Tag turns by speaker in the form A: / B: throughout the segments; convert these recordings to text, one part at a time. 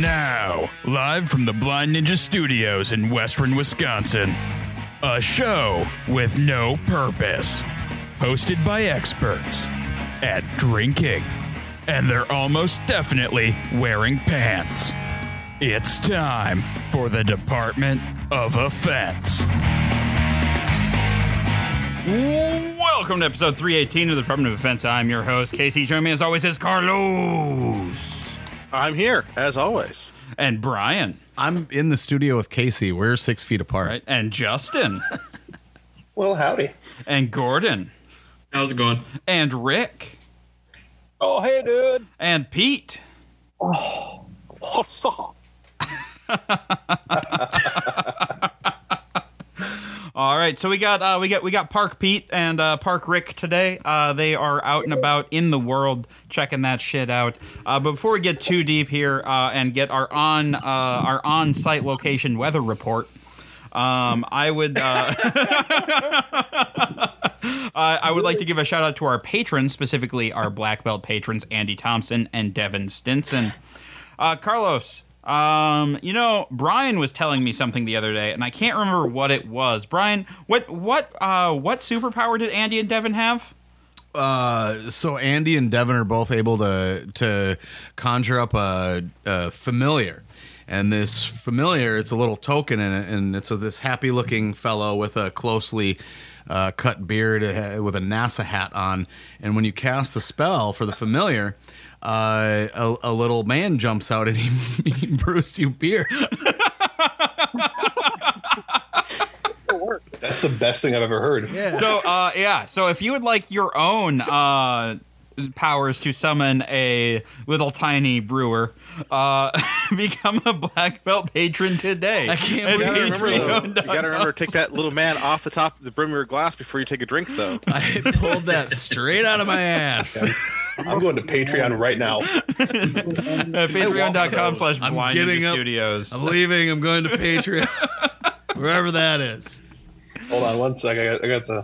A: Now, live from the Blind Ninja Studios in Western Wisconsin, a show with no purpose, hosted by experts at drinking, and they're almost definitely wearing pants. It's time for the Department of Offense.
B: Welcome to episode 318 of the Department of Defense. I'm your host, Casey. Joining me as always is Carlos
C: I'm here as always.
B: and Brian,
D: I'm in the studio with Casey. We're six feet apart.
B: right? And Justin
E: Well, howdy.
B: and Gordon
F: How's it going?
B: and Rick
C: Oh hey dude.
B: and Pete.
C: What's up?
B: All right, so we got uh, we got we got Park Pete and uh, Park Rick today. Uh, they are out and about in the world checking that shit out. Uh, but before we get too deep here uh, and get our on uh, our on site location weather report, um, I would uh, I, I would like to give a shout out to our patrons, specifically our black belt patrons Andy Thompson and Devin Stinson. Uh, Carlos, um, you know Brian was telling me something the other day, and I can't remember what it was. Brian, what what uh, what superpower did Andy and Devin have?
D: So Andy and Devin are both able to to conjure up a, a familiar, and this familiar it's a little token in it, and it's a, this happy looking fellow with a closely uh, cut beard uh, with a NASA hat on, and when you cast the spell for the familiar. Uh, a, a little man jumps out and he, he brews you beer.
E: That's the best thing I've ever heard.
B: So uh, yeah, so if you would like your own uh, powers to summon a little tiny brewer, uh, become a black belt patron today.
D: I can't
B: At
D: believe I remember
B: patreon.com.
C: you gotta remember to take that little man off the top of the brim of your glass before you take a drink though.
D: I pulled that straight out of my ass.
E: I'm going to Patreon right now.
B: At patreon.com slash
D: I'm
B: blind
D: getting
B: Ninja
D: up.
B: studios.
D: I'm leaving. I'm going to Patreon, wherever that is.
E: Hold on one sec. I got, I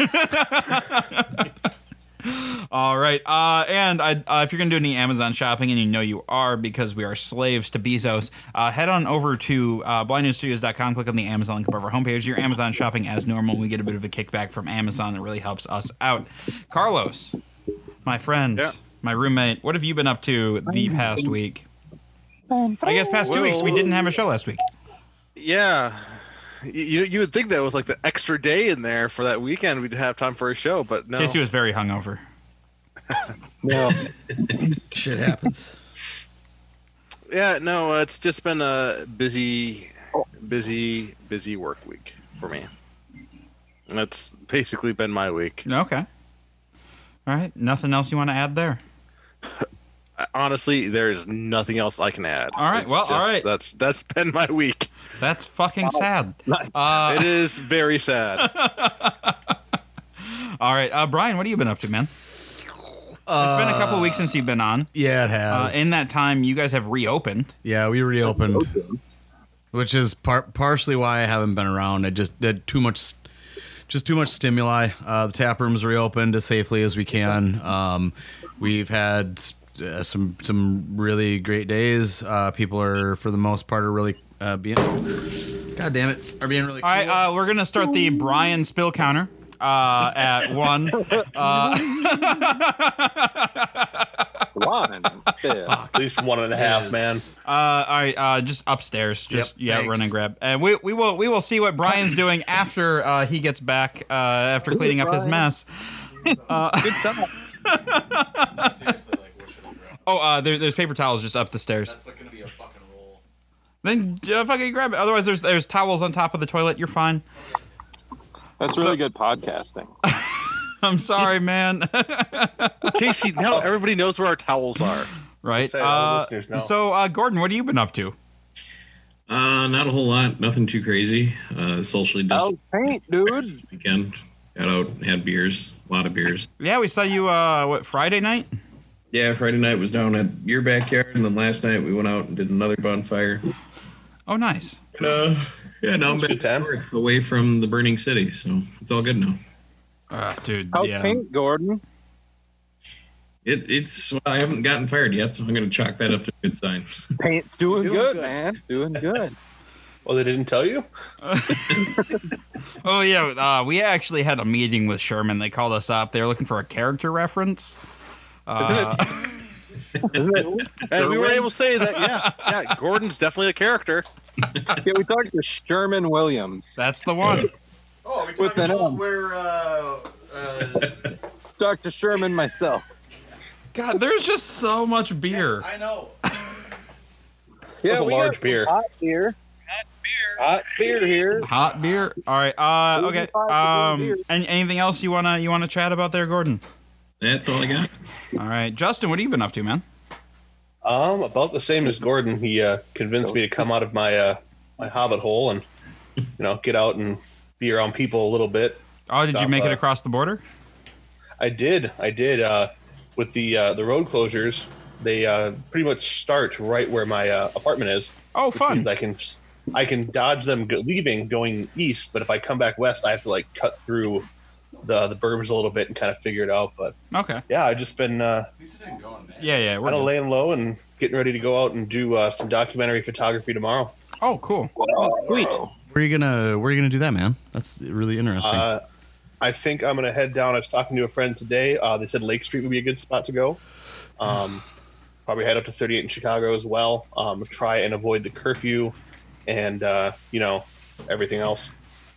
E: got the.
B: All right. Uh, and I, uh, if you're going to do any Amazon shopping, and you know you are because we are slaves to Bezos, uh, head on over to uh, blindnewsstudios.com, click on the Amazon link above our homepage. Your Amazon shopping as normal. We get a bit of a kickback from Amazon. It really helps us out. Carlos, my friend,
C: Yeah.
B: my roommate, what have you been up to the past week? I guess past two weeks. We didn't have a show last week.
C: Yeah. Y- You you would think that with like the extra day in there for that weekend we'd have time for a show, but no.
B: Casey was very hungover.
E: No.
D: Shit happens.
C: yeah, no, uh, it's just been a busy busy busy work week for me. That's basically been my week.
B: Okay. All right. Nothing else you want to add there?
C: Honestly, there's nothing else I can add.
B: All right,
C: It's
B: well, all right.
C: That's that's been my week.
B: That's fucking sad.
C: it is very sad.
B: All right, uh, Brian, what have you been up to, man? it's been a
D: Uh,
B: couple weeks since you've been on.
D: Yeah, it
B: Uh,
D: has.
B: in that time, you guys have reopened.
D: yeah, we reopened, which is par- partially why I haven't been around. I just did too much, st- just too much stimuli. Uh, the tap room's reopened as safely as we can. Um, we've had uh, some some really great days. Uh, people are, for the most part, are really uh, being. God damn it! Are being really.
B: All right, uh, we're gonna start the Brian spill counter uh, at one.
G: One. Still.
E: At least one and a half, man.
B: Uh, all right, uh, just upstairs. Just
D: Yep,
B: yeah,
D: thanks.
B: run and grab. And we, we will we will see what Brian's doing after uh, he gets back uh, after cleaning up his mess. Oh, uh, there, there's paper towels just up the stairs. Then uh, fucking grab it. Otherwise, there's there's towels on top of the toilet. You're fine.
G: That's really good podcasting.
B: I'm sorry, man.
C: Casey, now everybody knows where our towels are.
B: right.
E: Say, all the
B: Uh,
E: listeners know.
B: so, uh, Gordon, what have you been up to?
F: Uh, not a whole lot. Nothing too crazy. Uh, socially
H: Oh.
G: That
F: distant
G: was paint, dude.
F: weekend. Got out, had beers, a lot of beers.
B: Yeah, we saw you. Uh, what Friday night?
F: Yeah, Friday night was down at your backyard, and then last night we went out and did another bonfire.
B: Oh, nice.
F: And, uh, yeah, now I'm
E: That's
F: back
E: good time.
F: north, away from the burning city, so it's all good now.
B: Uh, dude,
G: How's
B: yeah.
G: paint, Gordon?
F: It, it's well, I haven't gotten fired yet, so I'm going to chalk that up to a good sign.
H: Paint's doing,
G: Doing
H: good,
G: good.
H: man. Doing good.
E: Well, they didn't tell you.
B: Oh yeah, uh, we actually had a meeting with Sherman. They called us up. They were looking for a character reference.
E: Isn't it-
C: And we were
E: Sherwin?
C: able to say that, yeah, yeah, Gordon's definitely a character.
H: Yeah, we talked to Sherman Williams.
B: That's the one.
D: Oh, are we
H: With an M.
D: where uh, uh,
H: Dr. Sherman myself.
B: God, there's just so much beer.
D: I know.
H: Yeah,
E: was a
H: we
E: large
H: got some
E: beer.
H: Hot beer. Hot beer. Hot beer here.
B: Hot beer. All right. Uh,
H: Who's
B: okay.
H: the five for
B: Um,
H: beer?
B: and anything else you wanna you wanna chat about there, Gordon?
F: That's all I got.
B: All right, Justin, what have you been up to, man?
E: Um, about the same as Gordon. He uh, convinced me to come out of my uh, my hobbit hole and you know get out and be around people a little bit.
B: Oh, did you
E: Stop uh,
B: make it
E: by.
B: across the border?
E: I did. I did. Uh, with the uh, the road closures, they uh, pretty much start right where my uh, apartment is.
B: Oh,
E: which
B: fun.
E: means I can I can dodge them go- leaving going east, but if I come back west, I have to like cut through the the burbs a little bit and kind of figure it out. But
B: Okay.
E: yeah, I've just been uh,
D: At least it didn't go on that.
B: Yeah, yeah. We're
E: kind of
B: good.
E: laying low and getting ready to go out and do uh, some documentary photography tomorrow.
B: Oh, cool.
H: Sweet.
D: Where are you gonna Where are you gonna do that, man? That's really interesting.
E: Uh, I think I'm gonna head down. I was talking to a friend today. Uh, they said Lake Street would be a good spot to go. Um, probably head up to 38 in Chicago as well. Um, try and avoid the curfew, and uh, you know everything else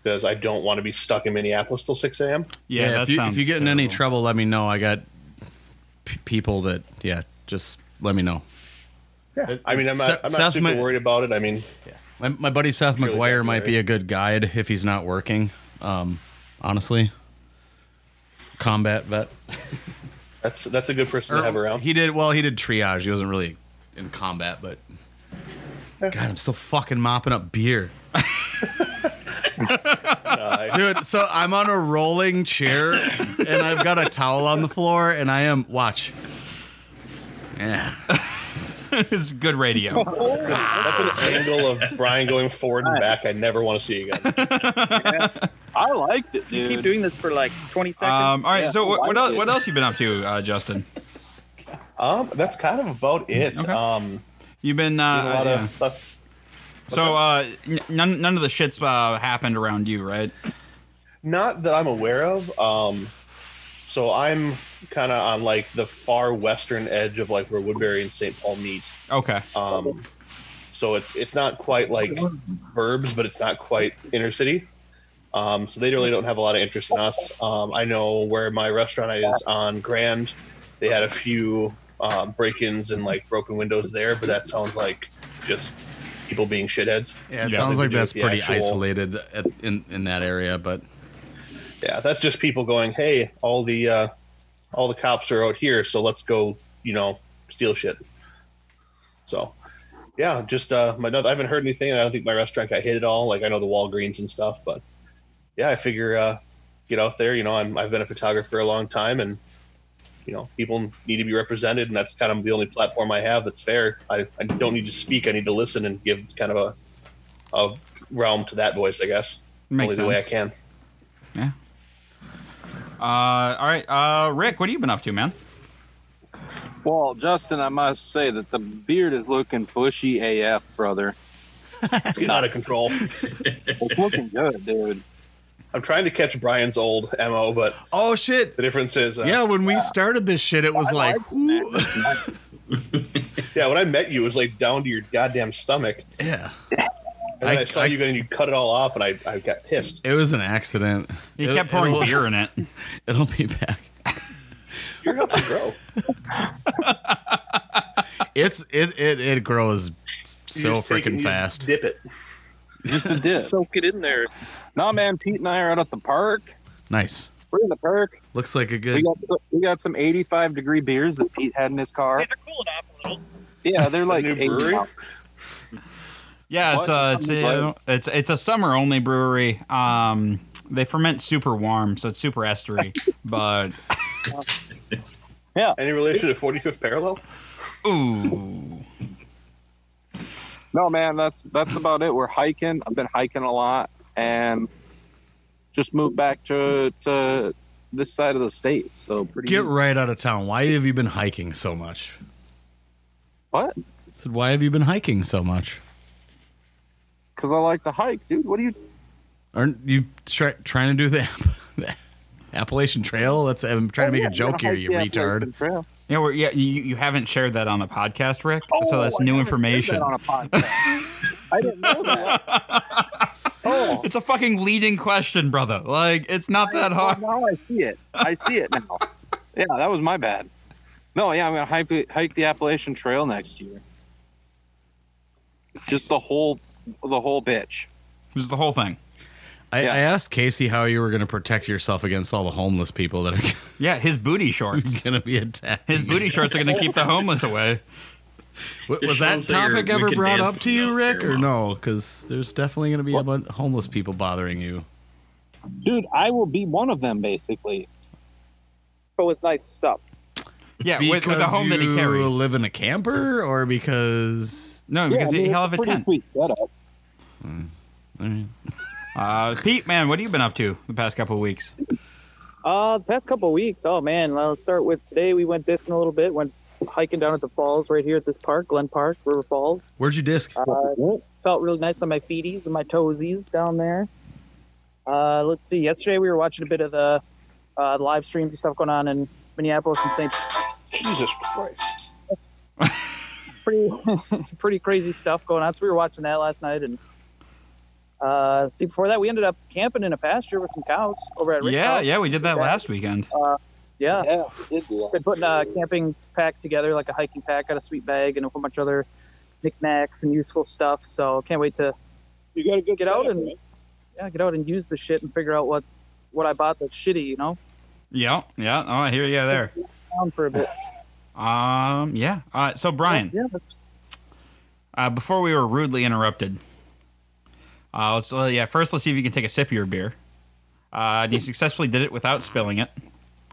E: because I don't want to be stuck in Minneapolis till 6 a.m.
B: Yeah, that
D: if, you, if
B: sounds
D: you get in any
B: terrible.
D: trouble, let me know. I got p- people that yeah, just let me know. Yeah,
E: I mean, I'm
D: Seth-
E: not, I'm not
D: Seth
E: super
D: might-
E: worried about it. I mean,
D: My, my buddy Seth
E: Really
D: McGuire
E: good,
D: might
E: right?
D: be a good guide if he's not working. Um, honestly, combat vet.
E: that's that's a good person to have
D: Or-
E: around.
D: He did well. He did triage. He wasn't really in combat, but God, I'm still fucking mopping up beer,
E: Uh,
D: dude. So I'm on a rolling chair, and I've got a towel on the floor, and I am watch. Yeah.
B: it's good radio.
E: that's an angle of Brian going forward and back. I never want to see again.
G: I liked it,
H: You keep
G: dude.
H: doing this for like 20 seconds.
B: Um, all right.
H: Yeah,
B: so what
H: why
B: what, el-
H: did-
B: what else you been up to, uh, Justin?
E: Um, that's kind of about it.
B: Okay.
E: Um,
B: You've been
E: there's a
B: uh,
E: lot
B: yeah.
E: of stuff
B: so uh, n- none none of the shits uh, happened around you, right?
E: not that I'm aware of. Um, so I'm kind of on like the far western edge of like where Woodbury and St. Paul meet.
B: Okay.
E: Um, so it's it's not quite like burbs, but it's not quite inner city. Um, so they really don't have a lot of interest in us. Um, I know where my restaurant is on Grand. They had a few um, break-ins and like broken windows there, but that sounds like just people being shitheads.
D: Yeah, it
B: Yeah.
D: sounds like
E: Maybe
D: that's
E: the
D: pretty
E: actual-
D: isolated at, in in that area, but
E: Yeah, that's just people going, "Hey, all the uh, all the cops are out here, so let's go, you know, steal shit." So, yeah, just uh, my I haven't heard anything, and I don't think my restaurant got hit at all. Like I know the Walgreens and stuff, but yeah, I figure uh, get out there. You know, I'm, I've been a photographer a long time, and you know, people need to be represented, and that's kind of the only platform I have that's fair. I, I don't need to speak; I need to listen and give kind of a a realm to that voice, I guess.
B: Makes
E: only the way I
B: sense.
E: can.
B: Uh, all right. Uh, Rick, what have you been up to, man?
H: Well, Justin, I must say that the beard is looking bushy AF, brother.
E: It's getting out of control.
H: It's looking good, dude.
E: I'm trying to catch Brian's old mo, but
D: oh shit.
E: the difference is, uh,
D: Yeah, when we started this shit, it was like, whoo-
E: yeah. When I met you, it was like down to your goddamn stomach,
D: yeah,
E: and then
D: I-
E: I, saw
D: I-
E: you and you cut it all off, and I, I got pissed.
D: it was an accident.
B: He
D: It-
B: kept pouring
D: it'll-
B: beer in it.
D: It'll be back.
E: You're helping grow.
D: It's it it, it grows
E: You
D: so
E: just take it
D: freaking
E: and you just
D: fast.
E: Dip it.
H: Just a dip.
G: Soak it in there.
H: nah, man, Pete and I are out at the park.
D: Nice.
H: We're in the park.
D: Looks like a
H: We
D: good.
H: got some, we got some 85 degree beers that Pete had in his car.
I: they're cooling off a little.
H: Yeah, they're like
E: new
H: 80
E: brewery?
H: now.
B: Yeah, it's a it's a,
H: What?
B: it's it's a summer only brewery. Um, they ferment super warm, so it's super estery. but
E: Any relation to 45th parallel?
B: ooh,
H: No, man, that's that's about it. We're hiking. I've been hiking a lot and just moved back to to this side of the state. So pretty.
D: Get right out of town. Why have you been hiking so much?
H: What?
D: I said, why have you been hiking so much?
H: Because I like to hike, dude. What do you?
D: Aren't you try, trying to do the, the Appalachian Trail? That's I'm trying to make
H: Oh, Yeah,
D: a joke
H: gotta
D: here,
H: hike
D: you
H: the Appalachian
D: retard.
H: Trail.
B: Yeah, we're, yeah. You, you haven't shared that on the podcast, Rick. so that's
H: Oh, I
B: new
H: haven't said
B: information.
H: that on a podcast. I didn't know that. Oh,
B: It's a fucking leading question, brother. Like it's not that
H: well,
B: hard.
H: now I see it. I see it now. Yeah, that was my bad. No, yeah, I'm gonna hike, hike the Appalachian Trail next year. Just the whole, the whole bitch.
B: It's the whole thing.
D: I,
H: Yeah.
D: I asked Casey how you were going to protect yourself against all the homeless people that are
B: Yeah, his booty shorts.
D: going to be attacked.
B: His booty shorts are gonna keep the homeless away.
D: W-
F: Just
D: was
F: show
D: that
F: 'em so you're-
D: topic
F: we
D: ever
F: can
D: brought
F: dance
D: up
F: with
D: to
F: you
D: you,
F: down
D: Rick,
F: stairwell.
D: or no? Because there's definitely going to be a bunch of homeless people bothering you.
H: Dude, I will be one of them basically. But with nice stuff.
B: Yeah, with, with the home that he
D: you
B: carries.
D: live in a camper, or because
B: no, because
H: yeah, I mean,
B: he'll
H: it's
B: have a
H: pretty
B: tent.
H: sweet setup.
B: Uh, Pete, man, what have you been up to the past couple of weeks?
I: Uh, the past couple of weeks. Oh man, well, let's start with today. We went discing a little bit. Went hiking down at the falls right here at this park, Glen Park, River Falls.
D: where'd you disc?
I: Uh, felt really nice on my feeties and my toesies down there. Uh, let's see. Yesterday we were watching a bit of the uh, live streams and stuff going on in Minneapolis and St.
E: Jesus Christ.
I: pretty pretty crazy stuff going on. So we were watching that last night, and uh, see before that we ended up camping in a pasture with some cows over at Rick's
B: Yeah,
I: house.
B: yeah, we did that
I: Yeah.
B: last weekend.
I: yeah.
H: Yeah, we did do that.
I: Been putting a camping pack together, like a hiking pack, got a sweet bag, and a whole bunch of other knickknacks and useful stuff. So can't wait to
H: You got a good
I: get
H: setup,
I: out and
H: man.
I: yeah, get out and use the shit and figure out what what I bought that's shitty, you know,
B: Yeah, yeah. Oh, I hear you there.
I: down for a bit.
B: Um, yeah. Uh, so Brian,
I: Yeah, but
B: uh, before we were rudely interrupted, uh, let's uh, yeah. First, let's see if you can take a sip of your beer. Uh, and you successfully did it without spilling it,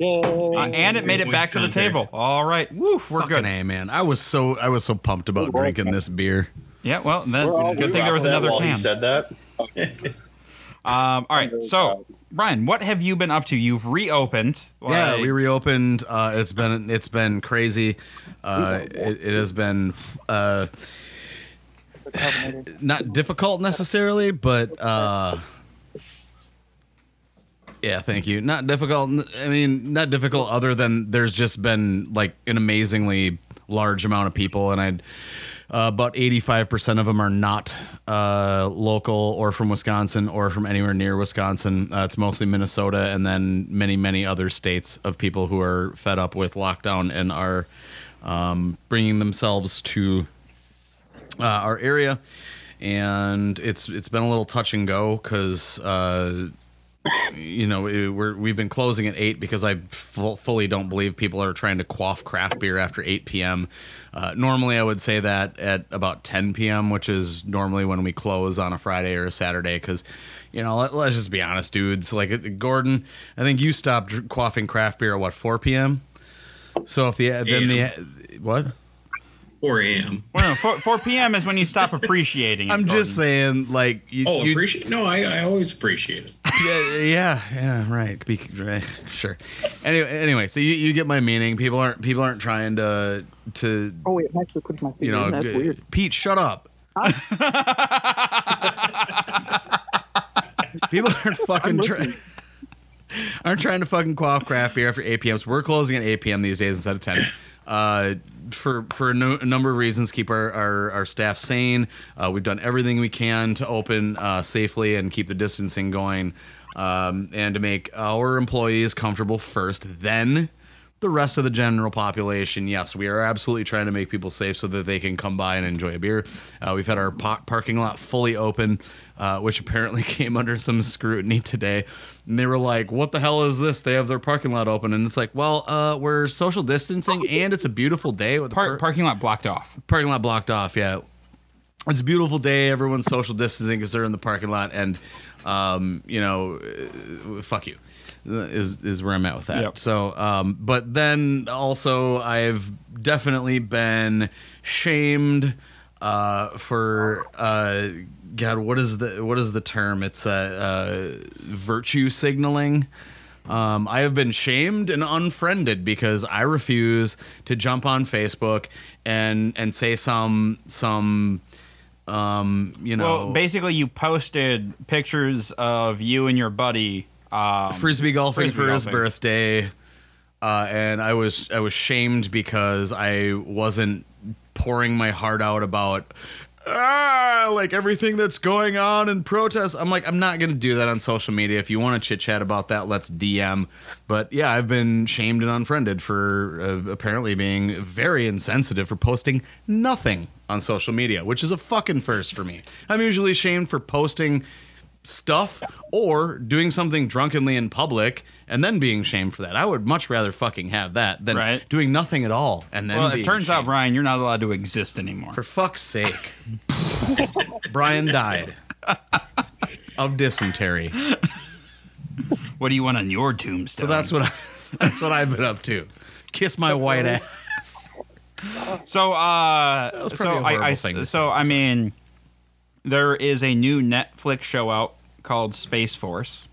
H: Oh,
B: uh, and it made it back to the table. All right, woo, we're
D: Fucking
B: good.
D: A, eh, man. I was so I was so pumped about drinking this beer.
B: Yeah, well, then
H: We're all
B: good thing there was
E: That
B: another
E: while he
B: can.
E: said that.
B: Um, all right, so Brian, what have you been up to? You've reopened.
D: yeah,
B: like-
D: we reopened. Uh, it's been it's been crazy. Uh, it, it has been uh, not difficult necessarily, but uh, yeah, thank you. Not difficult. I mean, not difficult. Other than there's just been like an amazingly large amount of people, and I'd. Uh, about 85% of them are not uh, local or from Wisconsin or from anywhere near Wisconsin. Uh, it's mostly Minnesota and then many, many other states of people who are fed up with lockdown and are um, bringing themselves to uh, our area. And it's it's been a little touch and go because uh, you know it- we're we've been closing at eight because I fu- fully don't believe people are trying to quaff craft beer after eight p.m. Uh, normally, I would say that at about ten p.m., which is normally when we close on a Friday or a Saturday, because you know let, us just be honest, dudes. Like uh, Gordon, I think you stopped dr- quaffing craft beer at what four p.m. So if the then the what
F: 4 a.m.
B: Well, no, 4, 4 p.m. is when you stop appreciating. it,
D: I'm
B: Gordon.
D: just uh, saying, like you,
F: Oh,
D: you-
F: appreciate? No, I, I always appreciate it.
D: yeah, yeah, yeah, right. Be, right, Sure. Anyway, anyway, so you, you get my meaning. People aren't people aren't trying to to
I: oh wait, I'm actually putting my feet
D: you know.
I: in. That's
D: g-
I: weird.
D: Pete, shut up. people aren't fucking trying. Aren't trying to fucking quaff craft beer after 8 p.m. So we're closing at 8 p.m. these days instead of 10. Uh, for for a, no, a number of reasons, keep our, our, our staff sane. Uh, we've done everything we can to open uh, safely and keep the distancing going, um, and to make our employees comfortable first, then the rest of the general population. Yes, we are absolutely trying to make people safe so that they can come by and enjoy a beer. Uh, we've had our po- parking lot fully open, uh, which apparently came under some scrutiny today. And they were like, "What the hell is this? They have their parking lot open." And it's like, "Well, uh, we're social distancing, and it's a beautiful day with the
B: Par-
D: par-
B: parking lot blocked off.
D: parking lot blocked off. Yeah, it's a beautiful day. Everyone's social distancing because they're in the parking lot, and um, you know, uh, fuck you, is is where I'm at with that.
B: Yep.
D: So, um, but then also I've definitely been shamed uh, for uh, God. What is the what is the term? It's uh, uh, virtue signaling Um, I have been shamed and unfriended because I refuse to jump on Facebook and and say some some um, you know
B: Well, basically, you posted pictures of you and your buddy. Um,
D: frisbee golfing
B: Frisbee
D: for his
B: golfing.
D: birthday, uh, and I was I was shamed because I wasn't pouring my heart out about ah like everything that's going on in protest. I'm like I'm not gonna do that on social media. If you want to chit chat about that, let's DM. But yeah, I've been shamed and unfriended for uh, apparently being very insensitive for posting nothing on social media, which is a fucking first for me. I'm usually shamed for posting stuff or doing something drunkenly in public and then being shamed for that. I would much rather fucking have that than
B: Right.
D: doing nothing at all and then
B: well, it
D: being
B: turns out,
D: shamed.
B: Brian, you're not allowed to exist anymore.
D: for fuck's sake. Brian died of dysentery.
B: what do you want on your tombstone?
D: So that's what I, that's what I've been up to. Kiss my white ass.
B: So, uh,
D: was probably a
B: so I,
D: horrible
B: I
D: thing to
B: so I mean, there is a new Netflix show out called Space Force.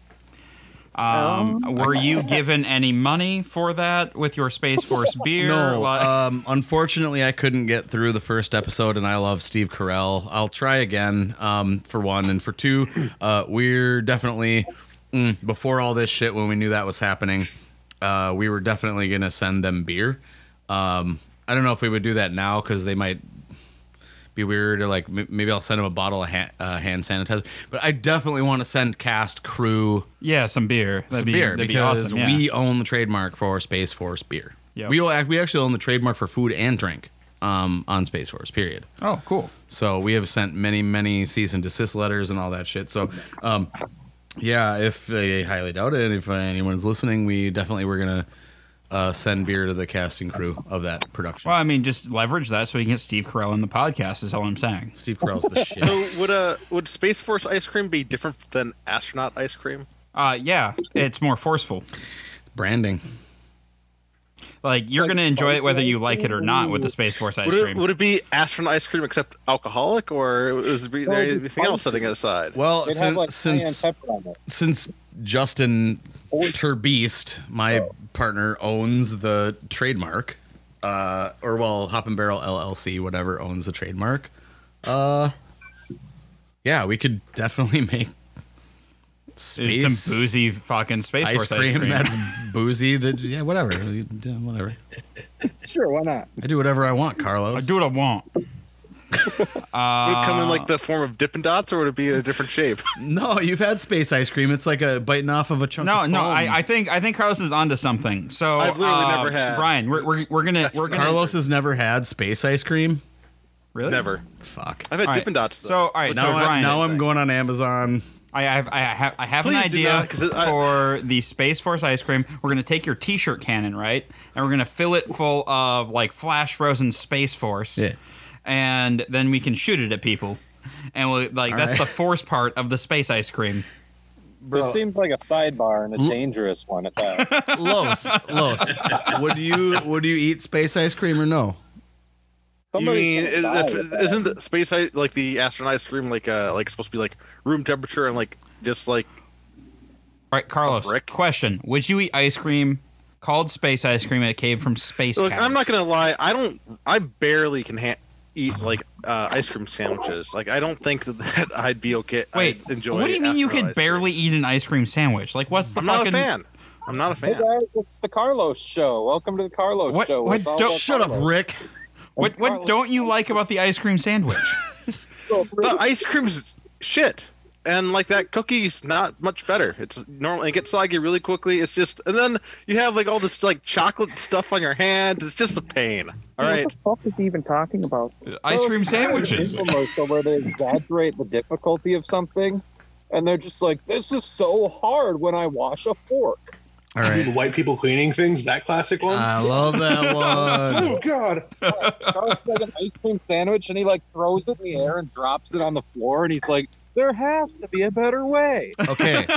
B: Um, were you given any money for that with your Space Force beer?
D: No,
B: Like-
D: um, unfortunately, I couldn't get through the first episode, and I love Steve Carell. I'll try again um, for one, and for two, uh, we're definitely mm, before all this shit when we knew that was happening, uh, we were definitely gonna send them beer. Um, I don't know if we would do that now because they might be weird or like m- maybe I'll send them a bottle of ha- uh, hand sanitizer. But I definitely want to send cast crew
B: yeah, some beer. That'd
D: some
B: be,
D: beer
B: that'd be
D: because
B: awesome, yeah.
D: we own the trademark for Space Force beer.
B: Yep.
D: We will act, we actually own the trademark for food and drink um, on Space Force. Period.
B: oh cool.
D: So we have sent many many cease and desist letters and all that shit. So. Um, yeah, if I highly doubt it, if anyone's listening, we definitely were gonna uh, send beer to the casting crew of that production.
B: Well, I mean, just leverage that so we can get Steve Carell in the podcast. Is all I'm saying.
D: Steve Carell's the shit.
C: So would uh would Space Force ice cream be different than astronaut ice cream?
B: Uh, yeah, it's more forceful.
D: Branding.
B: Like you're gonna enjoy it whether you like it or not with the Space Force ice
C: Would it,
B: cream.
C: would it be astronaut ice cream except alcoholic, or is there
H: it'd be
C: anything else setting it aside?
D: Well,
H: It'd have like cayenne
D: since
H: pepper on it.
D: since Justin Turbeast, my partner, owns the trademark, uh, or well, Hop and Barrel LLC, whatever owns the trademark. Uh, yeah, we could definitely make
B: It's
D: space
B: some boozy fucking Space
D: ice
B: Force
D: cream, that's boozy. That yeah, whatever, Yeah, whatever.
H: Sure, why not?
D: I do whatever I want, Carlos.
B: I do what I want.
C: would it come in like the form of Dippin' Dots, or would it be in a different shape?
D: No, you've had space ice cream. It's like a biting off of a chunk.
B: No,
D: of
B: no,
D: foam.
B: I, I think I think Carlos is onto something. So
C: I've literally
B: uh,
C: never had.
B: Brian, we're, we're, we're gonna we're gonna
D: Carlos has never had space ice cream.
B: really
C: Never.
D: Fuck.
C: I've had
B: All right.
C: Dippin' Dots. Though.
B: So all right,
D: Now,
B: so
D: I'm,
B: Brian,
D: now I'm going on Amazon.
B: I have I have I have an
C: Please do
B: idea
C: not, 'cause it- I-
B: for the Space Force ice cream. We're gonna take your T-shirt cannon, right, and we're gonna fill it full of like flash frozen Space Force,
D: Yeah.
B: and then we can shoot it at people, and we'll, like that's
D: right.
B: the force part of the space ice cream.
H: This seems like a sidebar and a dangerous one at that.
D: Los, Los, would you would you eat space ice cream or no?
C: you mean
H: Somebody's gonna
C: is-
H: die
C: if-
H: with that.
C: isn't the space ice like the astronaut ice cream like uh like supposed to be like room temperature and like just like
B: All right, Carlos.
C: brick.
B: Question: Would you eat ice cream called space ice cream that came from space?
C: Look,
B: cows?
C: I'm not gonna lie. I don't. I barely can ha- eat like uh, ice cream sandwiches. Like I don't think that, that I'd be okay.
B: Wait,
C: I'd enjoy.
B: what do you mean you
C: astronaut ice
B: could
C: cream.
B: barely eat an ice cream sandwich? Like, what's the
C: I'm not
B: fucking?
C: a fan. I'm not a
H: Hey
C: fan.
H: guys, it's the Carlos show. Welcome to the Carlos
B: What-
H: show.
B: what-
H: It's all
B: don't-
H: about
D: Shut up,
H: Carlos.
D: Rick.
B: What what
H: Carlos-
B: don't you like about the ice cream sandwich?
C: The ice cream's shit, and like that cookie's not much better. It's normal. It gets soggy really quickly. It's just, and then you have like all this like chocolate stuff on your hands. It's just a pain. All right.
I: What the fuck is he even talking about?
B: ice cream
H: Those kinds of
B: sandwiches.
H: infomercial where they exaggerate the difficulty of something, and they're just like, "This is so hard when I wash a fork."
D: All
E: The
D: right,
E: white people cleaning things, that classic one.
D: I love that one.
E: oh God!
H: Carlos said an ice cream sandwich, and he like throws it in the air and drops it on the floor, and he's like, "There has to be a better way."
D: Okay,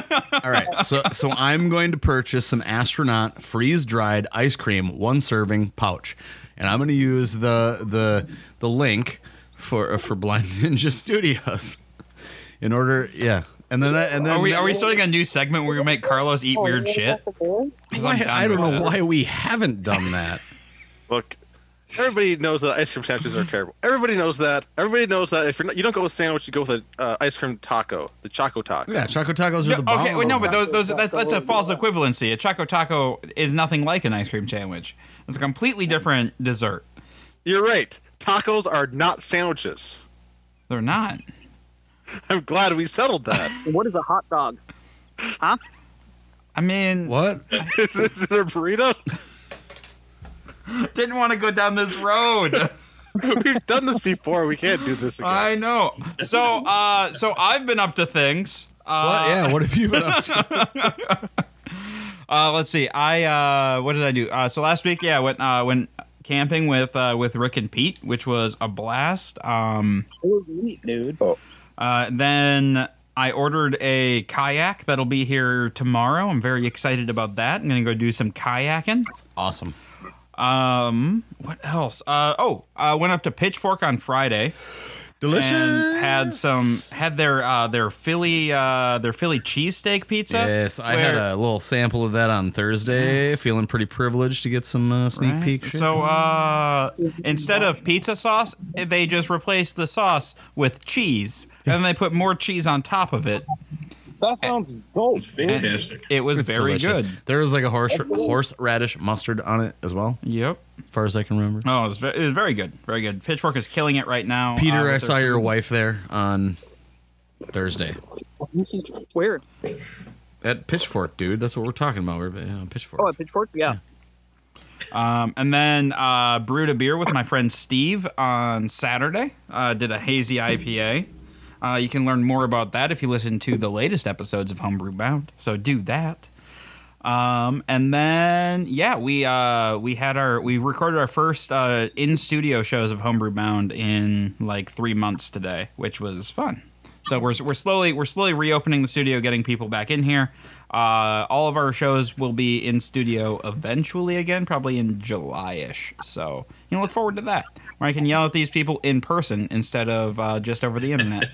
D: all right. So so I'm going to purchase some astronaut freeze dried ice cream, one serving pouch, and I'm going to use the the the link for for Blind Ninja Studios in order. Yeah, And then, I, and then
B: Are we are we starting a new segment where we make Carlos eat weird shit? 'Cause I'm
D: Why-
B: down
D: I don't
B: with
D: know
B: that.
D: why we haven't done that.
C: Look, everybody knows that ice cream sandwiches are terrible. Everybody knows that. Everybody knows that. If you're not, you don't go with sandwich, you go with an uh, ice cream taco, the choco taco.
D: yeah, choco tacos are
B: No,
D: the bomb.
B: okay, well, no, but those, those
I: Taco
B: that's, that's a
I: would be
B: false
I: that.
B: equivalency. A choco taco is nothing like an ice cream sandwich. It's a completely different dessert.
C: You're right. Tacos are not sandwiches.
B: They're not.
C: I'm glad we settled that.
I: What is a hot dog?
B: I mean,
D: what?
C: is, is it a burrito?
B: didn't want to go down this road.
C: We've done this before. We can't do this again.
B: I know. So, uh, so I've been up to things. Uh,
D: what? Yeah, what have you been up to?
B: Uh, let's see. I uh, what did I do? Uh, so last week, yeah, went uh, went camping with uh, with Rick and Pete, which was a blast. Um,
I: Holy meat, dude.
C: Oh.
B: uh, then I ordered a kayak that'll be here tomorrow. I'm very excited about that. I'm gonna go do some kayaking.
D: Awesome.
B: Um, what else? Uh, oh, I went up to Pitchfork on Friday
D: Delicious.
B: and had some had their uh, their Philly uh, their Philly cheesesteak pizza.
D: Yes, I had
B: where-
D: a little sample of that on Thursday. Feeling pretty privileged to get some uh, sneak
B: Right.
D: peek. shit.
B: So uh, instead of pizza sauce, they just replaced the sauce with cheese, and they put more cheese on top of it.
H: That sounds dope,
F: It's
H: dude.
F: fantastic.
B: It was
D: It's
B: very
D: delicious.
B: good.
D: There was like a horse horseradish mustard on it as well,
B: Yep.
D: as far as I can remember.
B: Oh, it was, ve- it was very good. Very good. Pitchfork is killing it right now. uh,
D: Peter,
B: with
D: I
B: their
D: saw your
B: foods.
D: wife there on Thursday
I: Where?
D: at Pitchfork, dude. That's what we're talking about. We're you know, Pitchfork.
I: Oh, at Pitchfork? Yeah.
B: Um, and then uh, brewed a beer with my friend Steve on Saturday. Uh, did a hazy IPA. Uh, you can learn more about that if you listen to the latest episodes of Homebrew Bound. So do that. Um, and then yeah, we uh, we had our we recorded our first uh, in studio shows of Homebrew Bound in like three months today, which was fun. So we're, we're slowly we're slowly reopening the studio, getting people back in here. Uh, all of our shows will be in studio eventually again, probably in July-ish. So you know, look forward to that, where I can yell at these people in person instead of uh, just over the internet.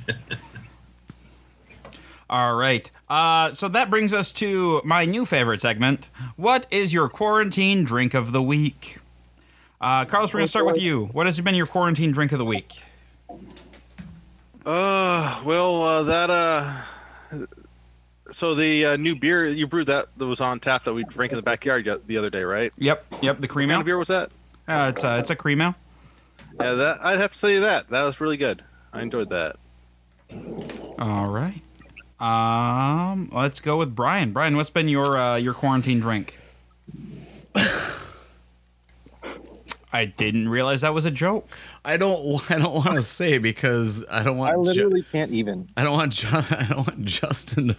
B: all right. Uh, so that brings us to my new favorite segment. What is your quarantine drink of the week? Uh, Carlos, we're gonna start with you. What has been your quarantine drink of the week?
C: Uh, well, uh, that uh, so the uh, new beer you brewed that that was on tap that we drank in the backyard y- the other day, right?
B: Yep, yep, the cream
C: What kind of
B: ale.
C: beer was that?
B: Uh, it's a, it's a cream ale.
C: Yeah, that I'd have to say that that was really good. I enjoyed that.
B: All right. Um, let's go with Brian. Brian, what's been your uh, your quarantine drink? I didn't realize that was a joke.
D: I don't. I don't want to say because I don't
H: I
D: want. Ju-
H: literally can't even.
D: I don't want. Ju- I don't want Justin. To,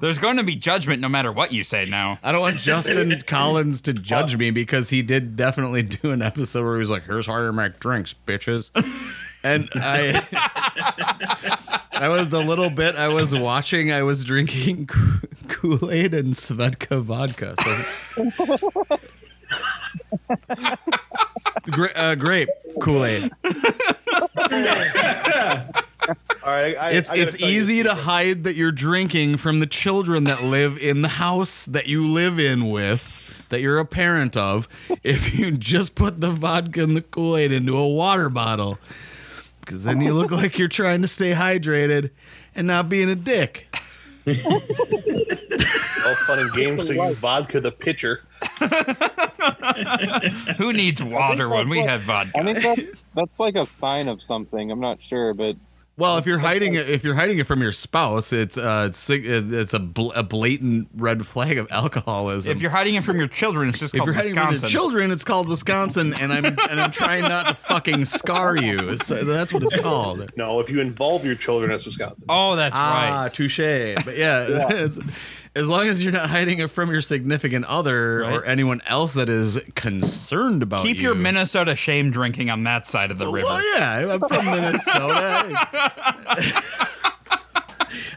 B: There's going to be judgment no matter what you say now.
D: I don't want Justin Collins to judge me because he did definitely do an episode where he was like, "Here's Higher Mac drinks, bitches," and I. I was the little bit I was watching. I was drinking Kool Aid and Svedka vodka. So. Gra- uh, grape Kool Aid.
E: All right, I,
D: it's
E: I gotta
D: it's
E: tell you-
D: easy to hide that you're drinking from the children that live in the house that you live in with that you're a parent of if you just put the vodka and the kool-aid into a water bottle because then you look like you're trying to stay hydrated and not being a dick
E: all fun and games to use vodka the pitcher.
B: Who needs water when we have
H: I
B: vodka?
H: think that's that's like a sign of something. I'm not sure, but
D: well if you're hiding it if you're hiding it from your spouse it's uh it's, sig- it's a, bl- a blatant red flag of alcoholism
B: If you're hiding it from your children, it's just
D: if
B: called
D: you're hiding from
B: Wisconsin.
D: your children, it's called Wisconsin, and I'm and I'm trying not to fucking scar you. So that's what it's called.
E: No, if you involve your children, that's Wisconsin.
B: oh, that's
D: Ah,
B: right.
D: touche. But yeah, it's- as long as you're not hiding it from your significant other or
B: Right.
D: anyone else that is concerned about
B: Keep
D: you.
B: your Minnesota shame drinking on that side of the river.
D: Well, yeah, I'm from Minnesota.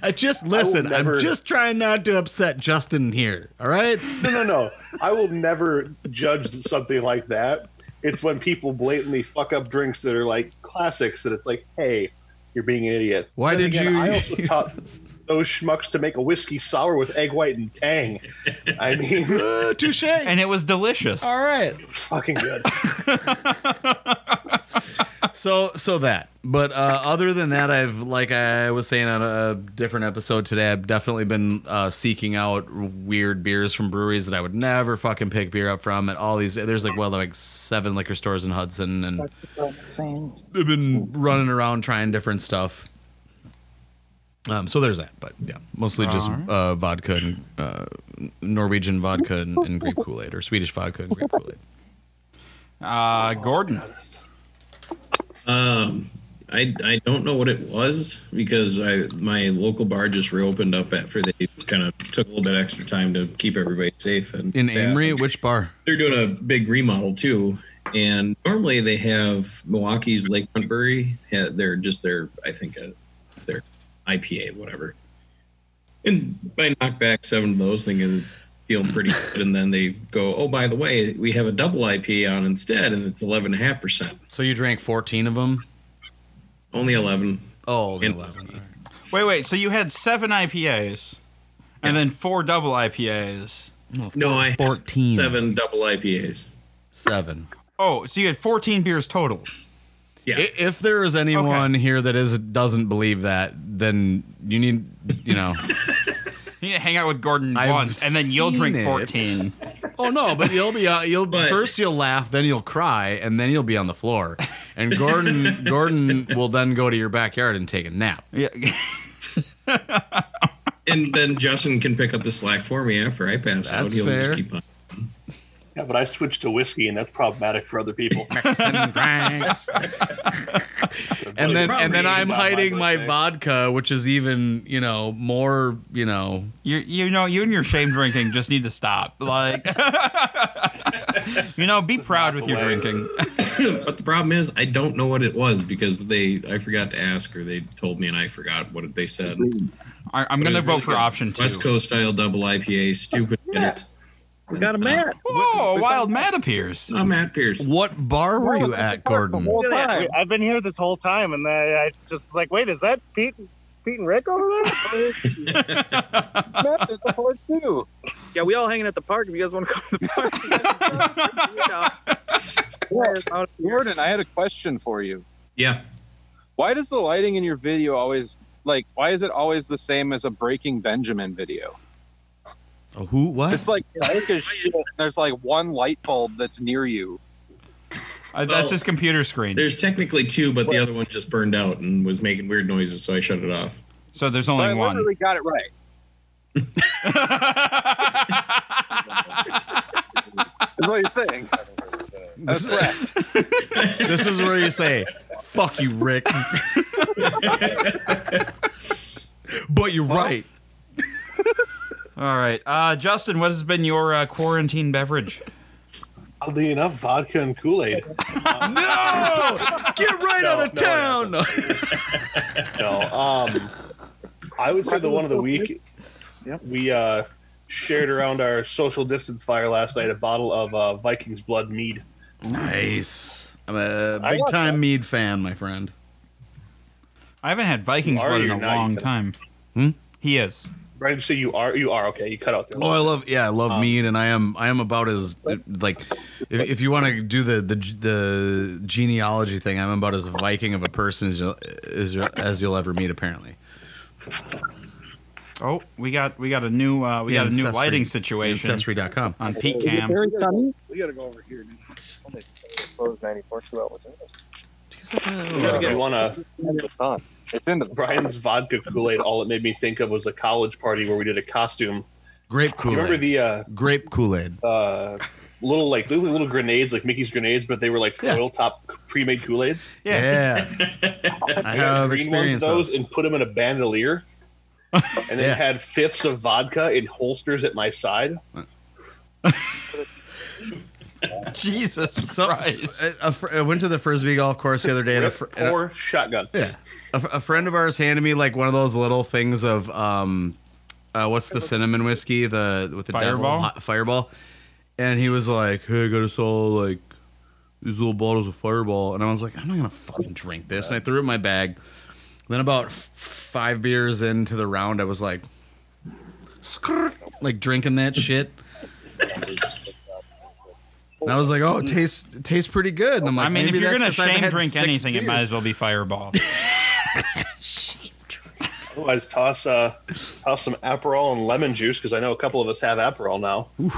D: I just listen. I'm
E: never-
D: just trying not to upset Justin here. All right.
E: No, no, no. I will never judge something like that. It's when people blatantly fuck up drinks that are like classics that it's like, hey, You're being an idiot.
D: Why
E: Then
D: did
E: again,
D: you-
E: I also taught those schmucks to make a whiskey sour with egg white and tang. I mean,
D: Uh, touche.
B: and it was delicious.
D: All right.
E: it's fucking good.
D: So so that. But uh, other than that, I've like I was saying on a different episode today, I've definitely been uh, seeking out weird beers from breweries that I would never fucking pick beer up from. At all these, there's like well, like seven liquor stores in Hudson, and
I: Same.
D: I've been running around trying different stuff. Um, so there's that, but yeah, mostly just uh, vodka and uh, Norwegian vodka and, and grape Kool Aid or Swedish vodka and grape Kool Aid.
B: Uh, Gordon.
F: Um, I, I don't know what it was because I my local bar just reopened up after they kind of took a little bit extra time to keep everybody safe and
D: In
F: staff.
D: Amory, which bar?
F: they're doing a big remodel too. And normally they have Milwaukee's Lakefront Brewery. ha- They're just their, I think uh, it's their IPA, whatever. And I knocked back seven of those, thinking feeling pretty good. And then they go, oh, by the way, we have a double IPA on instead, and it's 11.5%.
D: So you drank 14 of them?
F: Only 11.
D: Oh, the
F: In-
D: 11. all right.
B: Wait, wait. So you had seven IPAs, and then four double IPAs.
F: No, I had
D: 14.
F: seven double IPAs.
D: Seven.
B: Oh, so you had fourteen beers total.
F: Yeah.
D: I- If there is anyone here that is doesn't believe that, then you need, you know.
B: You need to hang out with Gordon
D: I've
B: once, and then you'll
D: seen
B: drink
D: it.
B: fourteen.
D: oh no, but you'll be uh, you'll
F: But-
D: first you'll laugh, then you'll cry, and then you'll be on the floor. And Gordon Gordon will then go to your backyard and take a nap.
B: Yeah.
F: and then Justin can pick up the slack for me after I pass out.
D: That's
F: He'll
D: fair.
F: just keep on.
E: Yeah, but I switched to whiskey, and that's problematic for other people.
D: and cranks. and then and then
F: Probably
D: I'm
E: not my
D: hiding my
E: birthday.
D: vodka, which is even you know more you know.
B: you you know you and your shame drinking just need to stop. Like, you know, be proud with
E: the
B: your
E: way.
B: drinking.
F: but the problem is, I don't know what it was because they I forgot to ask, or they told me and I forgot what they said.
B: I, I'm gonna
F: It was
B: vote
F: really
B: for
F: good.
B: option two.
F: West Coast style double IPA, stupid.
E: Matt,
F: We
G: got a man.
B: Whoa, a wild Matt appears.
F: Oh, Matt Pierce.
D: What bar were you at, Gordon?
H: Whole
G: Yeah,
H: time.
G: I've been here this whole time, and I, I just was like, wait, is that Pete? Pete and Rick over there?
H: Matt's at the board too.
I: Yeah, we all hanging at the park. If you guys want to come to the park.
H: Gordon, I had a question for you.
F: Yeah,
H: Why does the lighting in your video always like? Why is it always the same as a Breaking Benjamin video?
D: Oh, who? What?
H: It's like dark as shit. And there's like one light bulb that's near you.
B: Uh,
F: Well,
B: that's his computer screen.
F: there's technically two, but the other one just burned out and was making weird noises, so I shut it off.
B: so there's
H: So
B: only
H: I
B: one.
H: literally got it right. Is what you're saying?
D: This, this is where you say, "Fuck you, Rick." but you're right.
B: All right, uh, Justin, what has been your uh, quarantine beverage?
E: oddly enough, vodka and Kool Aid.
D: No, get right
E: No,
D: out of
E: no,
D: town.
E: No, um, I would say the one of the week. We uh, shared around our social distance fire last night a bottle of uh, Vikings blood mead.
D: nice. I'm a
E: I
D: big
E: want
D: time mead fan, my friend.
B: I haven't had Vikings
E: You are,
B: blood in
E: you're
B: a
E: not,
B: long
E: you can-
B: time.
D: Hmm?
B: He is.
E: Right, so you are you are okay. You cut out the
D: Oh, I love yeah, I love mead, and I am I am about as like if, if you want to do the, the the genealogy thing, I'm about as Viking of a person as you'll, as you'll, as you'll ever meet. Apparently,
B: Oh, we got we got a new uh, we got a new
D: Ancestry-
B: lighting situation
D: ancestry.com.
B: on Pete Cam.
I: Very sunny.
G: we gotta go over here, dude.
H: Close 94 two hours.
E: you want to
H: the sun. It's into the sun.
E: Brian's vodka Kool Aid? All it made me think of was a college party where we did a costume.
D: Grape Kool
E: You remember
D: Aid.
E: the uh,
D: Grape Kool Aid.
E: uh, little like little, little grenades, like Mickey's grenades, but they were like
D: Yeah.
E: foil top pre-made Kool Aids.
B: Yeah.
D: I have experienced those.
E: and put them in a bandolier, and then
D: Yeah.
E: had fifths of vodka in holsters at my side.
B: Jesus
D: So,
B: Christ.
D: so- uh, a- a fr- I went to the frisbee golf course the other day, and a, fr- and a-
E: or shotgun.
D: Yeah. A, f- a friend of ours handed me like one of those little things of um, uh, what's the cinnamon whiskey? The with the
B: Fireball?
D: devil, hot fireball. And he was like, "Hey, I got us all like these little bottles of fireball," and I was like, "I'm not gonna fucking drink this." And I threw it in my bag. Then about f- five beers into the round, I was like, "Skrrt," like drinking that shit. And I was like, "Oh, it tastes it tastes pretty good." And I'm like,
B: I mean, if
D: "Maybe
B: you're
D: that's
B: gonna
D: 'cause I haven't
B: shame
D: had
B: drink
D: six
B: anything, it might
D: beers."
B: as well be Fireball.
E: Otherwise, toss uh, toss some Aperol and lemon juice because I know a couple of us have Aperol now.
B: We do.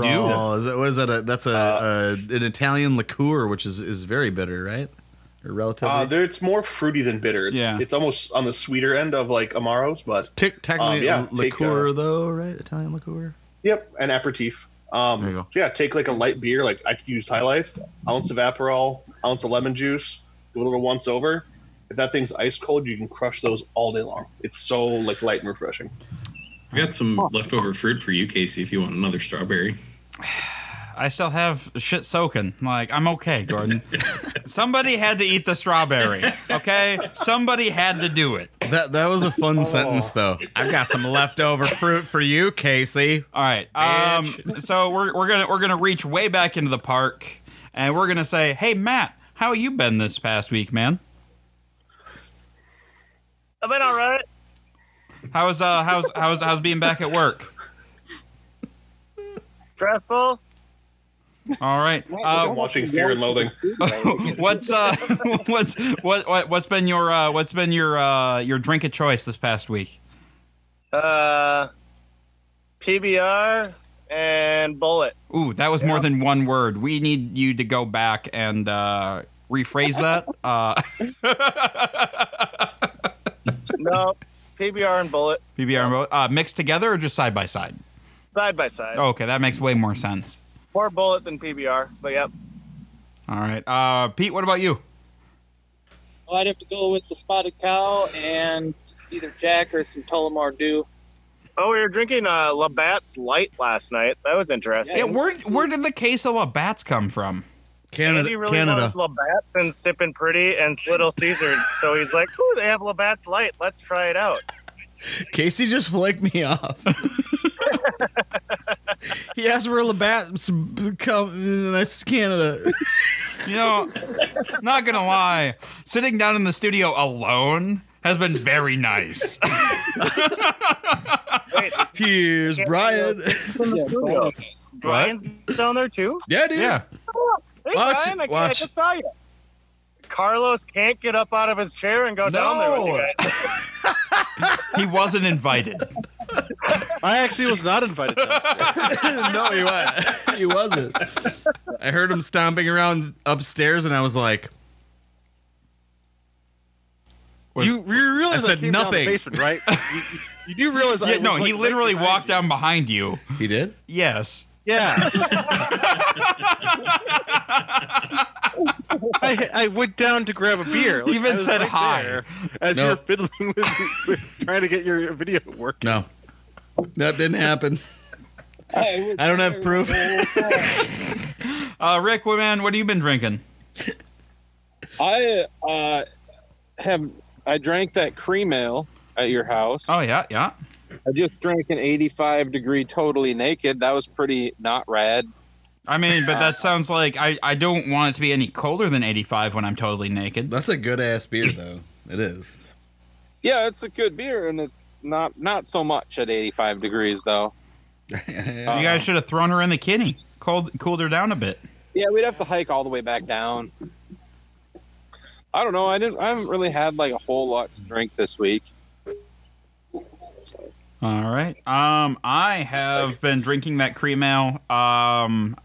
D: Aperol. Is that, what is that? A, that's a,
E: Uh,
D: a an Italian liqueur, which is, is very bitter, right? Or relatively.
E: Uh, there, it's more fruity than bitter. It's,
B: Yeah.
E: it's almost on the sweeter end of like amaros, but
D: Tick- technically
E: um, yeah,
D: a
E: take,
D: liqueur,
E: uh,
D: though, right? Italian liqueur.
E: yep, an aperitif. Um,
D: There you go.
E: Yeah, take like a light beer, like I used High Life, ounce of Aperol, ounce of lemon juice, do a little once over. If that thing's ice cold, you can crush those all day long. It's so like light and refreshing.
F: I got some leftover fruit for you, Casey, if you want another strawberry.
B: I still have shit soaking. Like I'm okay, Gordon. Somebody had to eat the strawberry. Okay, somebody had to do it.
D: That that was a fun
E: Oh.
D: sentence, though. I've got some leftover fruit for you, Casey.
B: All right. Um, so we're, we're gonna we're gonna reach way back into the park, and we're gonna say, "Hey, Matt, how you been this past week, man?
G: I've been all right.
B: How's uh how's how's how's being back at work?
G: Stressful.
B: All right.
E: I'm
B: Uh,
E: watching Fear and Loathing.
B: what's uh what's what, what what's been your uh what's been your uh your drink of choice this past week?
G: Uh, PBR and bullet.
B: Ooh, that was more than one word. We need you to go back and uh, rephrase that. Uh,
G: No, PBR and bullet
B: PBR and Bo- uh, mixed together or just side by side?
G: side by side.
B: Okay, that makes way more sense.
G: More bullet than PBR, but yep.
B: All right, uh, Pete. What about you?
I: Well, I'd have to go with the spotted cow and either Jack or some Tullamore Dew.
G: Oh, we were drinking uh, Labatt's Light last night. That was interesting.
B: Yeah, where where did the queso bats come from?
G: Andy really loves Labatt's and sipping pretty and Little Caesars, so he's like, "Ooh, they have Labatt's Light. Let's try it out."
D: Casey just flaked me off. he asked where Labatt's come. That's Canada.
B: You know, not gonna lie, sitting down in the studio alone has been very nice.
G: Wait, is
D: Here's Brian.
I: Yeah,
G: Brian's down there too.
D: yeah, dude.
B: yeah,
G: Hey,
D: Watch
G: Brian,
D: it,
G: I, I
D: watch
G: just saw you. Carlos can't get up out of his chair and go down there with you guys.
B: he wasn't invited.
C: I actually was not invited. downstairs.
D: no, he was. He wasn't. I heard him stomping around upstairs, and I was like,
B: Was-
C: you, you realize I
D: I said
C: came down the
D: nothing.
C: basement, right? You, you- you do realize? I
B: Yeah, no,
C: was,
B: he
C: like,
B: literally
C: right
B: walked
C: behind
B: down behind you.
D: "He did."
B: Yes.
C: you. Yeah. I, I went down to grab a beer.
B: He even
C: I was
B: said
C: right
B: hi.
C: there as
D: No.
C: you were fiddling with, with trying to get your video working.
D: No, that didn't happen. I don't have proof.
B: Uh, Rick, what- man, what have you been drinking?
H: I uh, have I drank that cream ale at your house.
B: Oh yeah, yeah.
H: I just drank an 85 degree totally naked. That was pretty not rad.
B: I mean, but that sounds like I, I don't want it to be any colder than 85 when I'm totally naked.
D: That's a good ass beer, though. It is.
H: Yeah, it's a good beer, and it's not not so much at 85 degrees though.
B: You guys should have thrown her in the kitty, cold, cooled her down a bit.
H: Yeah, we'd have to hike all the way back down. I don't know. I didn't. I haven't really had like a whole lot to drink this week.
B: All right. Um, I have been drinking that cream ale. Um,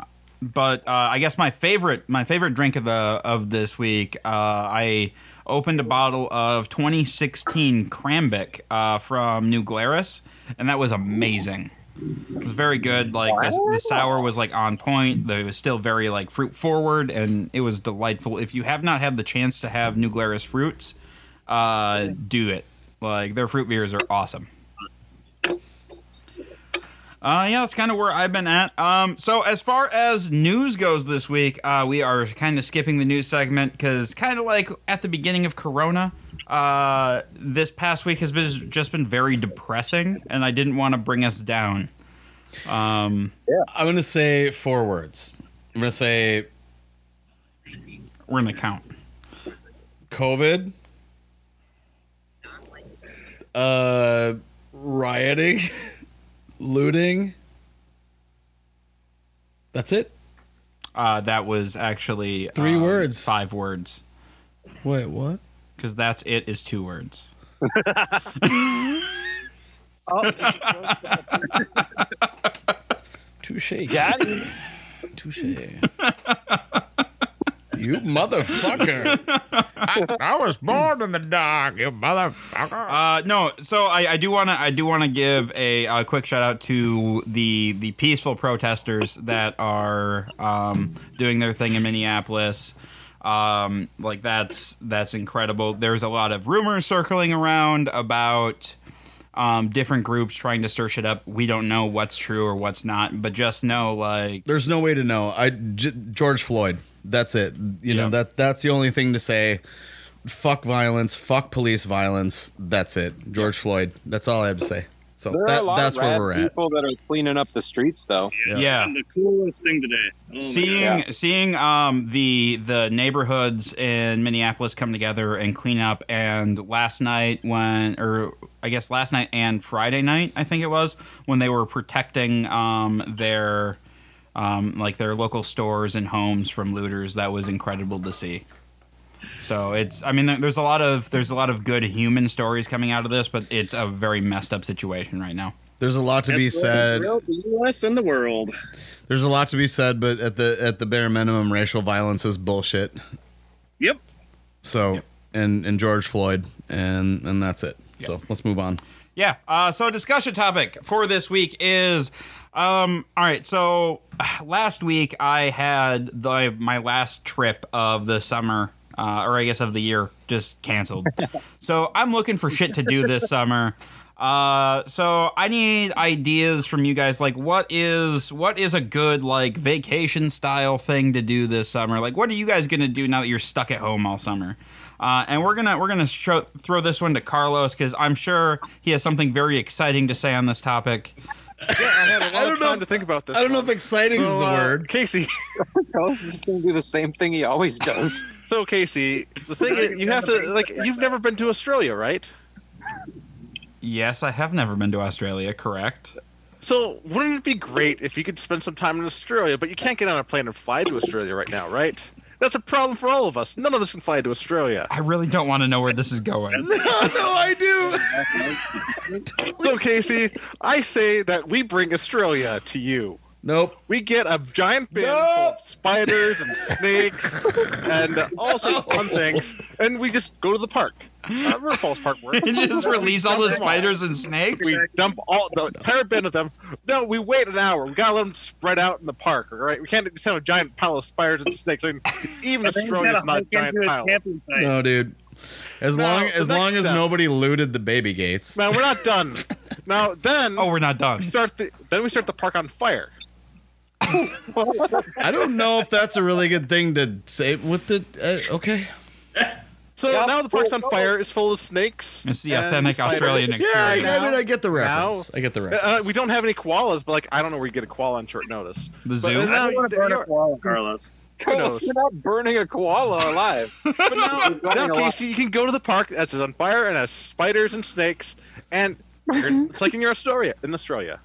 B: but uh, I guess my favorite, my favorite drink of the of this week, uh, I opened a bottle of 2016 Krambeck uh, from New Glarus, and that was amazing. It was very good. Like the, the sour was like on point. Though it was still very like fruit forward, and it was delightful. If you have not had the chance to have New Glarus fruits, uh, do it. Like their fruit beers are awesome. Uh, yeah, that's kind of where I've been at. Um, so as far as news goes this week, uh, we are kind of skipping the news segment because kind of like at the beginning of Corona, uh, this past week has been just been very depressing, and I didn't want to bring us down. Um,
D: I'm gonna say four words. I'm gonna say
B: we're in the count.
D: COVID, uh, rioting, looting. That's it.
B: Uh, that was actually
D: Three
B: um,
D: words.
B: five words,
D: Wait, what?
B: because that's it is two words.
D: Touche. Got Touche. you motherfucker.
J: I was born in the dark, you motherfucker.
B: Uh, no, so I, I do want to I do want to give a, uh quick shout out to the the peaceful protesters that are um, doing their thing in Minneapolis. Um, like that's that's incredible. There's a lot of rumors circling around about um, different groups trying to stir shit up. We don't know what's true or what's not, but just know like
D: There's no way to know. I J- George Floyd. That's it. You
B: Yeah.
D: know that that's the only thing to say. Fuck violence. Fuck police violence. That's it. George Floyd. That's all I have to say. So
H: There are a
D: that,
H: lot
D: that's
H: of
D: where
H: rad
D: we're at.
H: people that are cleaning up the streets, though.
B: yeah.
J: The coolest thing today. Oh my
B: seeing
J: God.
B: seeing um the the neighborhoods in Minneapolis come together and clean up and last night when or I guess last night and Friday night I think it was when they were protecting um their um like their local stores and homes from looters that was incredible to see. So it's I mean there- there's a lot of there's a lot of good human stories coming out of this but it's a very messed up situation right now.
D: There's a lot to be
J: That's
D: said.
J: The U.S. and the world.
D: There's a lot to be said, but at the at the bare minimum, racial violence is bullshit.
J: Yep.
D: So and and George Floyd and and that's it. So let's move on.
B: Yeah. Uh, so discussion topic for this week is, um, all right. So last week I had the, my last trip of the summer, uh, or I guess of the year, just canceled. so I'm looking for shit to do this summer. Uh, so I need ideas from you guys. Like, what is what is a good like vacation style thing to do this summer? Like, what are you guys gonna do now that you're stuck at home all summer? Uh, and we're gonna we're gonna show, throw this one to Carlos because I'm sure he has something very exciting to say on this topic.
C: Yeah, I had a lot
D: don't
C: of
D: know
C: time
D: if-
C: to think about this.
D: I don't know
C: one.
D: if exciting is
C: So,
D: the
C: uh,
D: word.
C: Casey.
H: Carlos is going to do the same thing he always does.
C: So Casey, the thing is, you have to like you've never been to Australia, right?
B: Yes, I have never been to Australia. Correct.
C: So wouldn't it be great if you could spend some time in Australia? But you can't get on a plane and fly to Australia right now, right? That's a problem for all of us. None of us can fly to Australia.
B: I really don't want to know where this is going.
D: no, I do.
C: So Casey, I say that we bring Australia to you.
D: Nope.
C: We get a giant bin full
D: No.
C: of spiders and snakes and all sorts of fun things, and we just go to the park. Uh, River Falls Park works.
B: You just release all the spiders and snakes.
C: We dump all the entire bin of them. No, we wait an hour. We gotta let them spread out in the park, all right? We can't just have a giant pile of spiders and snakes. I mean, even
J: Then you
C: Australia's
J: gotta
C: not a
J: hike
C: giant
J: into a
C: pile.
J: camping site.
D: No, dude. As
C: No,
D: long
C: the
D: as
C: next
D: long as
C: step.
D: nobody looted the baby gates.
C: Man, we're not done. Now then,
B: Oh, we're not done.
C: we start the then we start the park on fire.
D: I don't know if that's a really good thing to say. With the uh, okay,
C: So
H: Yeah,
C: now the park's on
J: Oh,
H: cool.
C: fire. It's full of snakes.
B: It's the
C: and
B: authentic
C: spiders.
B: Australian
D: yeah, I,
B: experience.
D: I, mean, I get the
C: Now-
D: reference. I get the reference.
C: Uh, we don't have any koalas, but like I don't know where you get a koala on short notice.
B: The
C: But
B: zoo.
C: now
J: I don't want to
C: you-
J: burn
C: you're-
J: a koala, Carlos.
H: Carlos,
C: knows?
H: you're not burning a koala alive.
C: But now,
H: You're running
C: now
H: a lot.
C: Casey, you can go to the park that's on fire and has spiders and snakes, and you're, it's like in your Australia, in Australia.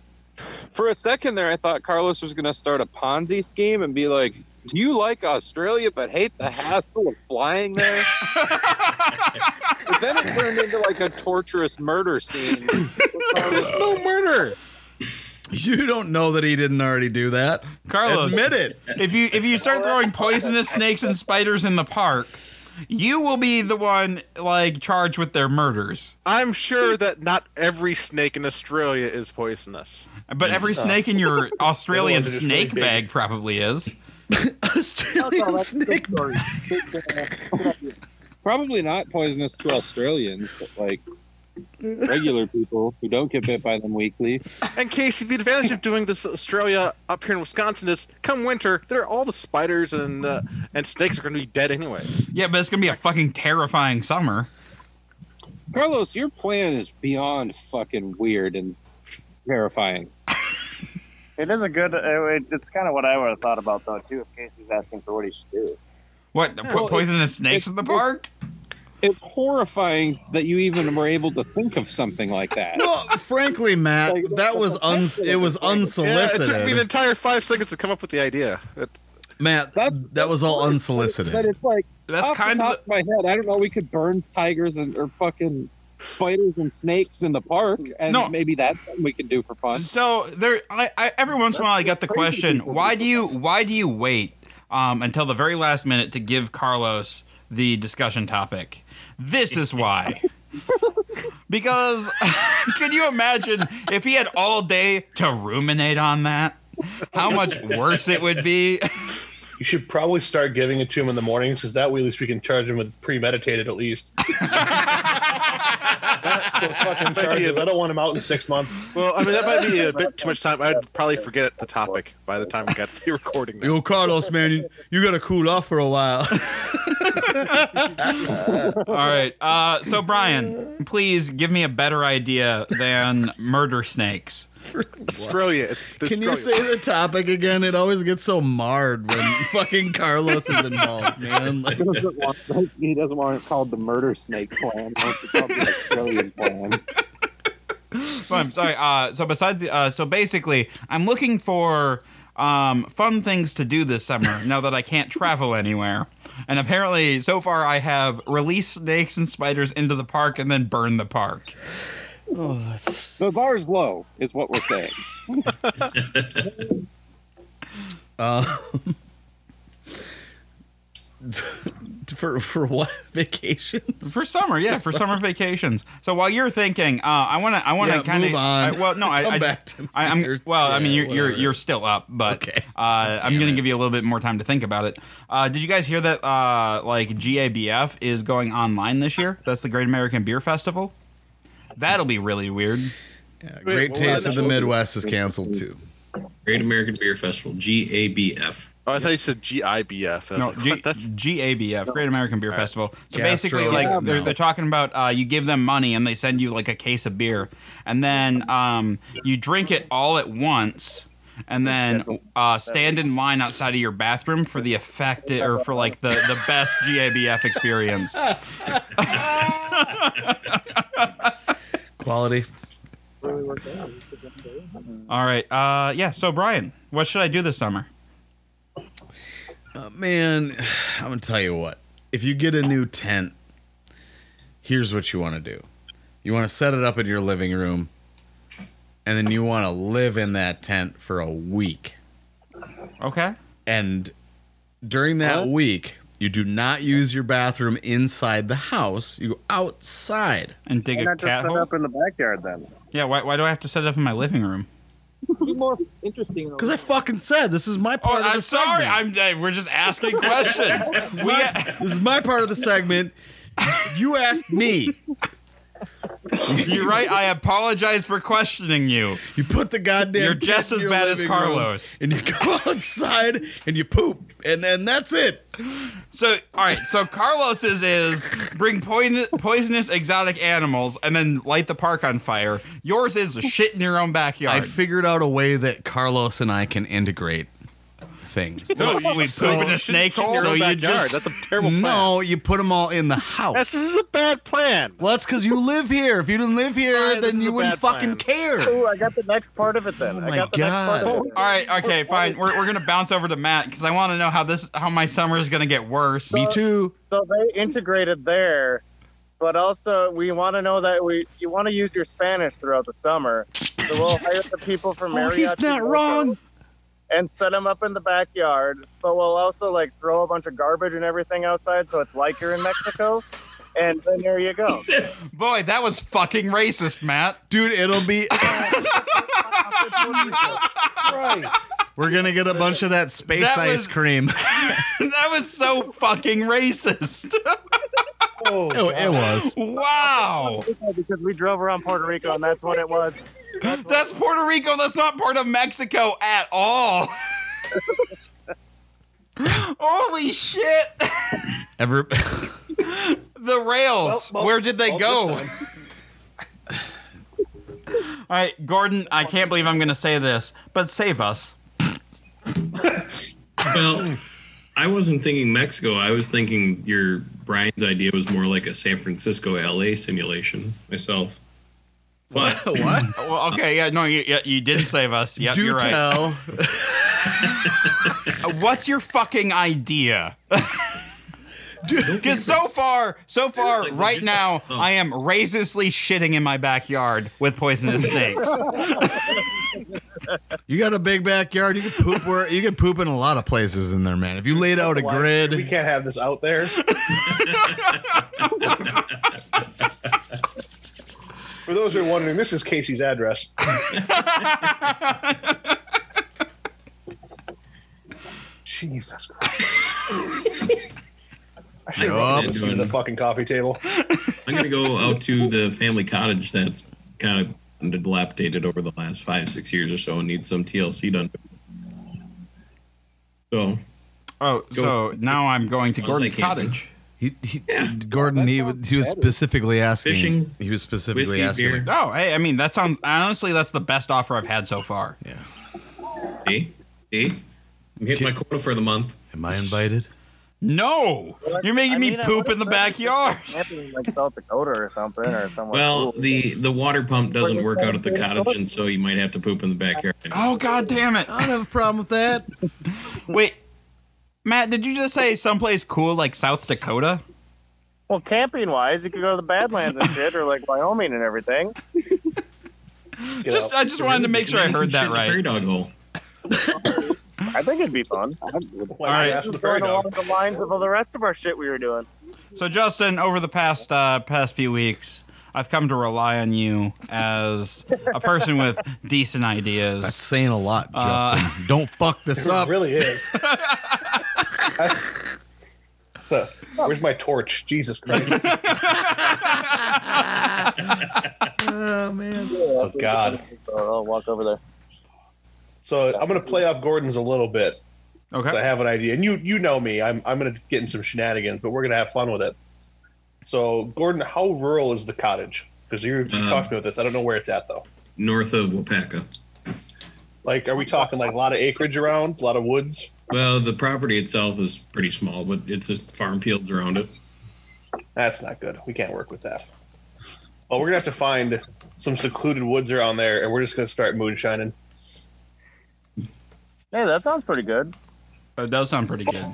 H: For a second there, I thought Carlos was going to start a Ponzi scheme and be like, "Do you like Australia but hate the hassle of flying there?" but then it turned into like a torturous murder scene.
C: There's no murder.
D: You don't know that he didn't already do that.
B: Carlos,
D: Admit it.
B: if you if you start throwing poisonous snakes and spiders in the park, you will be the one like charged with their murders.
C: I'm sure that not every snake in Australia is poisonous.
B: But every snake in your Australian
E: The ones that are
B: snake
E: really big.
B: bag probably is.
D: Australian snake.
H: Probably not poisonous to Australians, but like regular people who don't get bit by them weekly.
C: And Casey, the advantage of doing this Australia up here in Wisconsin is, come winter, there are all the spiders and uh, and snakes are going to be dead anyways.
B: Yeah, but it's gonna be a fucking terrifying summer.
H: Carlos, your plan is beyond fucking weird and terrifying.
J: It is a good. uh, It, it's kind of what I would have thought about though too. If Casey's asking for what he should do,
B: What? Put
H: well,
B: poisonous snakes
H: it's-
B: in the park?
H: it's horrifying that you even were able to think of something like that.
D: Well, frankly, Matt, that was uns it was
C: Yeah, it
D: unsolicited.
C: took me an entire five seconds to come up with the idea. It,
D: Matt,
H: That's-
D: that was all
H: But
D: unsolicited.
H: it's like
B: That's
H: off
B: kind
H: the
B: of
H: top of my head. I don't know. We could burn tigers and or fucking spiders and snakes in the park, and
B: No.
H: maybe that's something we can do for fun.
B: So there, I, I every once in a while I get the
H: Crazy
B: question:
H: people.
B: Why do you why do you wait um, until the very last minute to give Carlos the discussion topic? This is why. because can you imagine if he had all day to ruminate on that? How much worse it would be.
E: You should probably start giving it to him in the mornings, because that way at least we can charge him with premeditated at least. Not those fucking charges. I don't want him out in six months.
C: well, I mean, that might be a bit too much time. I'd probably forget the topic by the time we got to the recording. Now.
D: Yo, Carlos, man, you, you gotta cool off for a while.
B: All right. Uh, so Brian, please give me a better idea than murder snakes.
C: Australia. It's the
D: Can you
C: Australia.
D: say the topic again? It always gets so marred when fucking Carlos is involved, man. Like,
H: He doesn't, want, he doesn't want it called the murder snake plan. He wants it called the Australian plan.
B: Well, I'm sorry. Uh, so besides, the, uh, so basically, I'm looking for um, fun things to do this summer now that I can't travel anywhere. And apparently, so far, I have released snakes and spiders into the park and then burn the park.
H: The bar's low, is what we're saying.
D: uh, for for what vacations?
B: For summer, yeah, for summer vacations. So while you're thinking, uh, I want to, I want to
D: Yeah,
B: kind of,
D: move on.
B: well, no, I,
D: Come
B: I,
D: back
B: just-
D: to
B: I, I'm,
D: yours.
B: well, I mean,
D: Yeah,
B: you're, you're,
D: whatever.
B: you're still up, but
D: Okay.
B: uh, I'm gonna
D: it.
B: give you a little bit more time to think about it. Uh, did you guys hear that? Uh, like GABF is going online this year. That's the Great American Beer Festival. That'll be really weird.
D: Yeah, Great Taste of the Midwest is canceled too.
F: Great American Beer Festival, GABF.
C: oh, I thought you said GIBF. I was
B: No,
C: like,
B: G-
C: what? That's
B: GABF, Great American
J: Uh,
B: Beer Festival. So
D: Gastro-
B: basically, like
D: Yeah,
B: they're,
D: no.
B: they're talking about uh, you give them money and they send you like a case of beer, and then um, you drink it all at once, and then uh, stand in line outside of your bathroom for the effect or for like the the best GABF experience.
D: Quality.
B: All right, uh, yeah. So Brian, what should I do this summer?
D: Uh, man, I'm gonna tell you what. If you get a new tent, here's what you want to do. You want to set it up in your living room, and then you want to live in that tent for a week.
B: Okay.
D: And during that week, you do not use your bathroom inside the house. You go outside.
B: And dig
J: Why
B: a
J: not
B: cat
J: just set
B: hole.
J: up in the backyard then?
B: Yeah. Why, why do I have to set it up in my living room?
I: Be more interesting.
D: Because I fucking said this is my
B: Oh,
D: part of the
B: I'm sorry.
D: segment.
B: I'm. uh, We're just asking questions. we.
D: this is my part of the segment. You asked me.
B: You're right. I apologize for questioning you.
D: You put the goddamn.
B: You're
D: tent
B: just
D: in
B: as
D: your
B: bad as
D: living room,
B: Carlos.
D: and you go outside and you poop, and then that's it.
B: So, all right. So Carlos's is bring poin- poisonous exotic animals and then light the park on fire. Yours is shit in your own
D: I
B: backyard.
D: figured out a way that Carlos and I can integrate things.
B: no, we poop
D: so-
B: in a snake hole.
C: so
D: So you
C: backyard.
D: just-
C: That's a terrible plan.
D: No, you put them all in the house.
C: That's, this is a bad plan.
D: well, that's because you live here. If you didn't live here,
C: Brian, this
D: then
C: is a
D: you wouldn't
C: bad
D: fucking
C: plan.
D: care.
J: Ooh, I got the next part of it then.
D: Oh
J: I
D: my
J: got the next part
D: God.
J: of it.
B: all right. Okay. Fine. We're, we're gonna bounce over to Matt because I want to know how this how my summer is gonna get worse.
D: Me too.
J: So they integrated there, but also we want to know that we you want to use your Spanish throughout the summer. So we'll hire the people from
D: Oh,
J: Marriott.
D: he's not wrong.
J: And set them up in the backyard, but we'll also like throw a bunch of garbage and everything outside, so it's like you're in Mexico. And then there you go.
B: Boy, that was fucking racist, Matt.
D: Dude, it'll be.
E: Christ.
D: We're gonna get a bunch of that space
B: That
D: ice
B: was-
D: cream.
B: that was so fucking racist.
E: Oh,
D: Oh, it was.
B: wow.
J: because we drove around Puerto Rico, and that's what it was.
B: That's Puerto Rico. That's not part of Mexico at all. Holy shit!
D: Ever.
B: The rails.
E: well,
B: Where did they
E: well,
B: go?
E: this
B: All right, Gordon. I can't believe I'm gonna say this, but save us.
F: Well, I wasn't thinking Mexico. I was thinking your Brian's idea was more like a San Francisco LA simulation myself. But
D: what?
B: Oh, Well, okay, yeah, no, you, yeah, you did save us. Yep,
D: Do
B: you're right.
D: tell.
B: Uh, What's your fucking idea? Because so far, so far,
F: Like,
B: right
F: legit-
B: now,
F: Oh.
B: I am raiselessly shitting in my backyard with poisonous snakes.
D: You got a big backyard. You can poop where you can poop in a lot of places in there, man. If you laid out a
E: Why- We
D: grid,
E: can't have this out there. For those who are wondering, this is Casey's address. Jesus Christ. I should have
F: Yup.
E: listened to the fucking coffee table.
F: I'm gonna go out to the family cottage that's kind of dilapidated over the last five, six years or so, and need some TLC done. So
B: oh, so now I'm going to
F: Sounds
B: Gordon's
F: like camping.
B: cottage.
D: he, he, Gordon, he, was- he was specifically asking.
F: Fishing,
D: he was specifically
F: whiskey,
D: asking.
F: beer,
B: Oh, hey, I mean, that sounds honestly, that's the best offer I've had so far.
F: see, see, I'm hitting my quota for the month.
D: Am I invited?
B: No, you're making
G: I
B: me
G: mean, I
B: poop in the
G: would've-
B: backyard.
G: Camping in, like South Dakota or something or somewhere.
F: Well,
G: cool.
F: the the water pump doesn't work out at the cottage, and so you might have to poop in the backyard.
B: Oh god damn it!
D: I don't have a problem with that.
B: Wait, Matt, did you just say someplace cool like South Dakota?
G: well, camping wise, you could go to the Badlands and shit, or like Wyoming and everything.
E: Get
B: Just
E: out.
B: I just wanted to make sure I heard that
F: Shit's a
B: right.
F: prairie dog hole.
G: I think it'd be fun.
E: Why
B: all
E: not
B: right.
E: ask
G: Just
E: the prairie
G: going
E: dog?
G: along the lines of all the rest of our shit we were doing.
B: So Justin, over the past uh, past few weeks, I've come to rely on you as a person with decent ideas.
D: That's saying a lot, Justin. don't fuck this
E: It
D: up.
E: really is. That's, that's a- where's my torch? Jesus Christ.
D: Oh man.
G: Oh
E: God.
G: I'll walk over there.
E: So I'm going to play off Gordon's a little bit. So I
B: okay.
E: have an idea, and you you know me. I'm I'm gonna get in some shenanigans, but we're gonna have fun with it. So, Gordon, how rural is the cottage? Because you you
F: Um,
G: Mm.
E: talked about this. I don't know where it's at though.
F: north of Wapaka.
E: Like, are we talking like a lot of acreage around, a lot of woods?
F: Well, the property itself is pretty small, but it's just farm fields around it.
E: That's not good. We can't work with that. Well, we're gonna have to find some secluded woods around there, and we're just gonna start moonshining.
G: Hey, that sounds pretty good.
B: That does sound pretty good.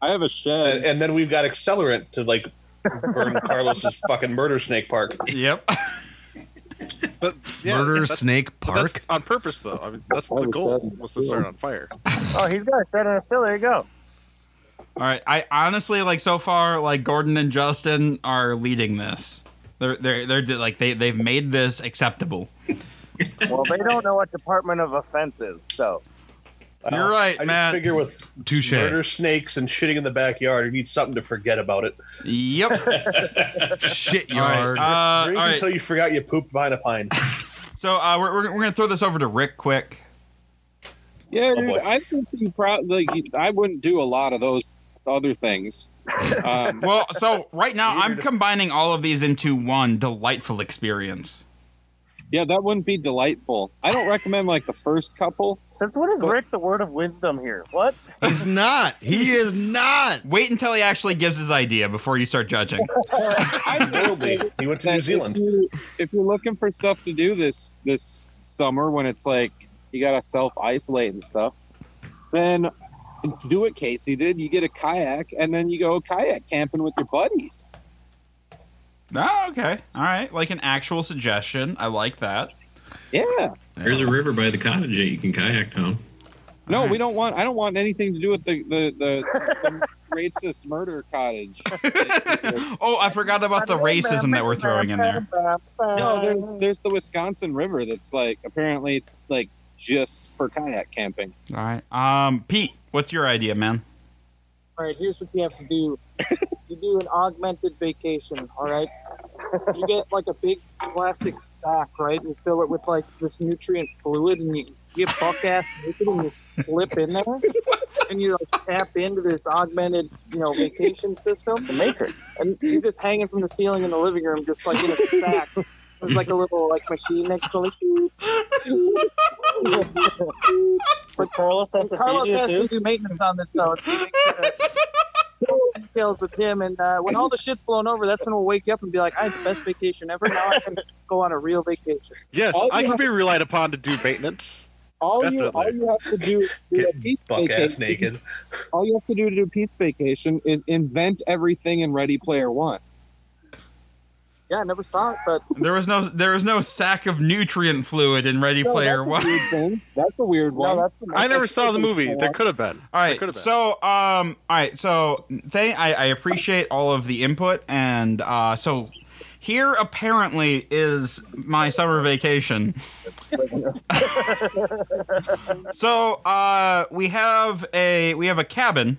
H: I have
E: And,
H: a
D: Uh,
H: shed.
E: and then we've got accelerant to like burn Carlos's fucking murder snake park.
B: Yep.
C: But yeah,
D: Murder
C: that's-
D: Snake
C: but that's
D: Park.
C: on purpose though. I mean, that's the goal was to start on fire.
G: Oh, he's got a shit and a still. There you go.
B: All right. I honestly like so far like Gordon and Justin are leading this. They're they're they're like they they've made this acceptable.
G: Well, they don't know what Department of Offense is, so
E: Well,
B: You're right,
E: Uh, I
B: Matt.
E: just figure with
D: Touche.
E: murder snakes and shitting in the backyard, you need something to forget about it.
B: Yep.
D: Shit
B: All right.
D: yard.
B: Uh, all
E: Drink
B: right.
E: until you forgot you pooped behind a pine.
B: So uh, we're, we're, we're gonna throw this over to Rick quick.
H: Yeah,
E: Oh,
H: dude,
E: boy.
H: I think you probably like, you- I wouldn't do a lot of those other things. Um,
B: Well, so right now I'm combining all of these into one delightful experience.
H: yeah, that wouldn't be delightful. I don't recommend like the first couple.
G: since when is Rick the word of wisdom here? What?
D: He's not. He is not.
B: Wait until he actually gives his idea before you start judging.
E: Worldly. He went to New
H: That If,
E: Zealand.
H: you, if you're looking for stuff to do this this summer, when it's like you gotta self isolate and stuff, then do what Casey did. You get a kayak, and then you go kayak camping with your buddies.
B: oh, okay. All right. Like an actual suggestion. I like that.
H: Yeah.
F: There's a river by the cottage that you can kayak down.
H: No,
B: Alright.
H: we don't want. I don't want anything to do with the the, the, the racist murder cottage.
B: Oh, I forgot about the racism that we're throwing in there.
H: no, there's there's the Wisconsin River that's like apparently like just for kayak camping.
B: All right. Um, Pete, what's your idea, man?
K: All right, here's what you have to do. you do an augmented vacation, all right? You get like a big plastic sack, right? And fill it with like this nutrient fluid, and you get buck ass naked and you slip in there, and you like tap into this augmented, you know, vacation system. The Matrix. And you're just hanging from the ceiling in the living room, just like in a sack. There's like a little like machine next to it.
G: Does Carlos have to feed
K: Carlos
G: you
K: has
G: too?
K: to do maintenance on this though, so he makes sure to, uh, details with him, and uh, when all the shit's blown over, that's when we'll wake you up and be like, "I had the best vacation ever. Now I can go on a real vacation."
C: Yes,
K: All
C: I
K: you
C: can
K: have-
C: be relied upon to do maintenance.
K: All you,
C: definitely.
K: all you have to do is do a beach
E: Buck-ass
K: vacation.
E: naked.
K: All you have to do to do Pete's vacation is invent everything in Ready Player One. Yeah, I never saw it, but
B: There was no there was no sack of nutrient fluid in Ready
K: No,
B: Player
K: that's a
B: One.
K: weird thing. That's a weird one.
C: I never saw the movie. There could have been.
B: All
C: There could have
B: right.
C: been.
B: So, um, all right. So, thank I, I appreciate all of the input, and uh, so here apparently is my summer vacation. so, uh, we have a we have a cabin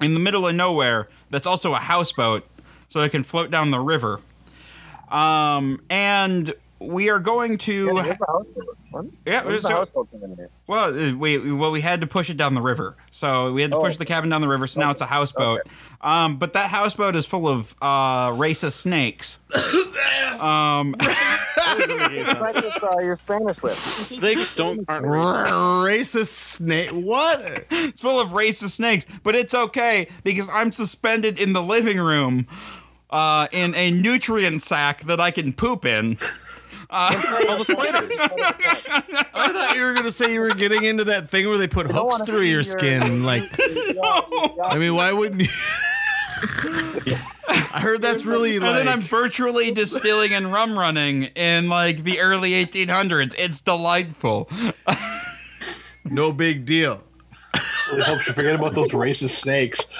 B: in the middle of nowhere that's also a houseboat, so it can float down the river. Um, and we are going to Yeah,
G: Where's the
B: so-
G: houseboat coming in here?
B: well, uh, we we- well we had to push it down the river, so we had to push the cabin down the river. So now it's a houseboat, um, but that houseboat is full of uh, racist snakes. um,
G: Practice uh, your Spanish with.
C: Snakes don't aren't
B: racist snake? What? It's full of racist snakes, but it's okay because I'm suspended in the living room uh, in a nutrient sack that I can poop in. Uh,
D: I thought you were gonna say you were getting into that thing where they put hooks through your skin. Like, I mean, why wouldn't you?
B: I heard that's really. And then I'm virtually distilling and rum running in like the early 1800s. It's delightful.
D: no big deal.
E: It helps you forget about those racist snakes.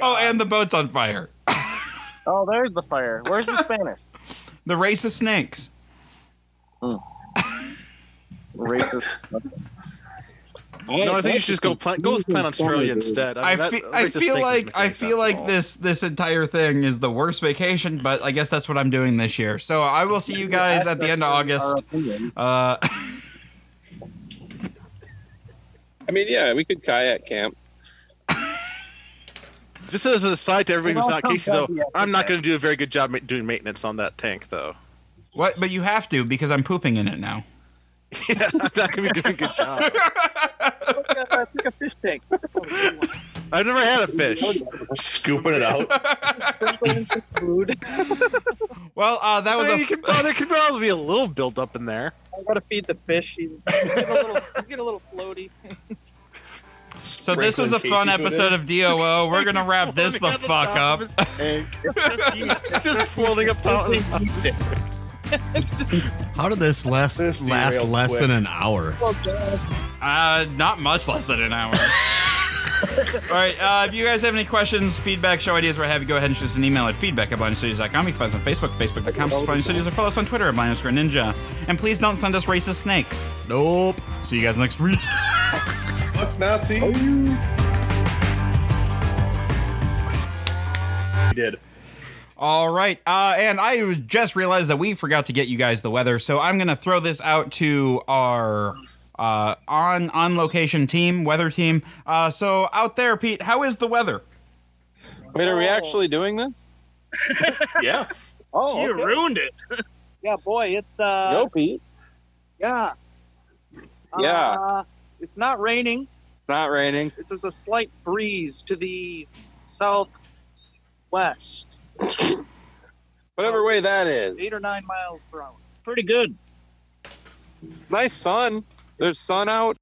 B: Oh, and the boat's on fire.
G: Oh, there's the fire. Where's the Spanish?
B: The racist snakes.
G: Racist.
C: No, I think you should just go plan. Go plan Australia instead.
B: I,
C: mean, that-
B: fe-
C: that
B: I
C: racist
B: feel
C: snake
B: like
C: doesn't make
B: I
C: any
B: feel
C: sense
B: like
C: at all.
B: this this entire thing is the worst vacation, but I guess that's what I'm doing this year. So I will see you guys at the end of August. Uh,
H: I mean, yeah, we could kayak camp.
C: Just as an aside to everybody who's
H: Well,
C: not Casey,
H: come
C: though,
H: back to the
C: I'm not going to do a very good job ma- doing maintenance on that tank, though.
B: what? But you have to because I'm pooping in it now.
C: yeah, I'm not going to be doing a good job.
G: Take a fish tank.
C: I've never had a fish.
E: Scooping it out.
G: Food.
B: Well, uh, that
C: was. you can, oh, there could probably be a little buildup in there.
I: I gotta feed the fish. He's, he's, getting, a little, he's getting a little floaty.
B: So this was a
C: Sprinkling
B: fun
C: Casey food
B: episode
C: in.
B: of DOO. We're gonna wrap this the fuck up.
C: It's just floating up out.
D: How did this last last
B: derailed
D: less
B: quick.
D: than an hour?
B: Uh, not much less than an hour. All right. Uh, if you guys have any questions, feedback, show ideas, what have you, go ahead and shoot us an email at feedback at blindstudios.com. You can find us on Facebook, facebook.com, slash blind studios, or follow us on Twitter at blind underscore ninja. And please don't send us racist snakes.
D: Nope.
B: See you guys next week.
E: Fuck Nazi.
B: We did. All right. Uh, and I was- just realized that we forgot to get you guys the weather, so I'm gonna throw this out to our uh, on on location team, weather team. Uh, so out there, Pete, how is the weather?
H: Wait, are we actually doing this?
E: yeah.
K: Oh,
H: You ruined
K: it. yeah, boy, it's uh,
H: No, Pete.
K: yeah,
H: Yeah.
K: Uh, it's not raining.
H: It's not raining.
K: It's just a slight breeze to the southwest,
H: Whatever
K: Oh.
H: way that is.
K: eight or nine miles per hour.
H: pretty good. Nice sun. There's sun out.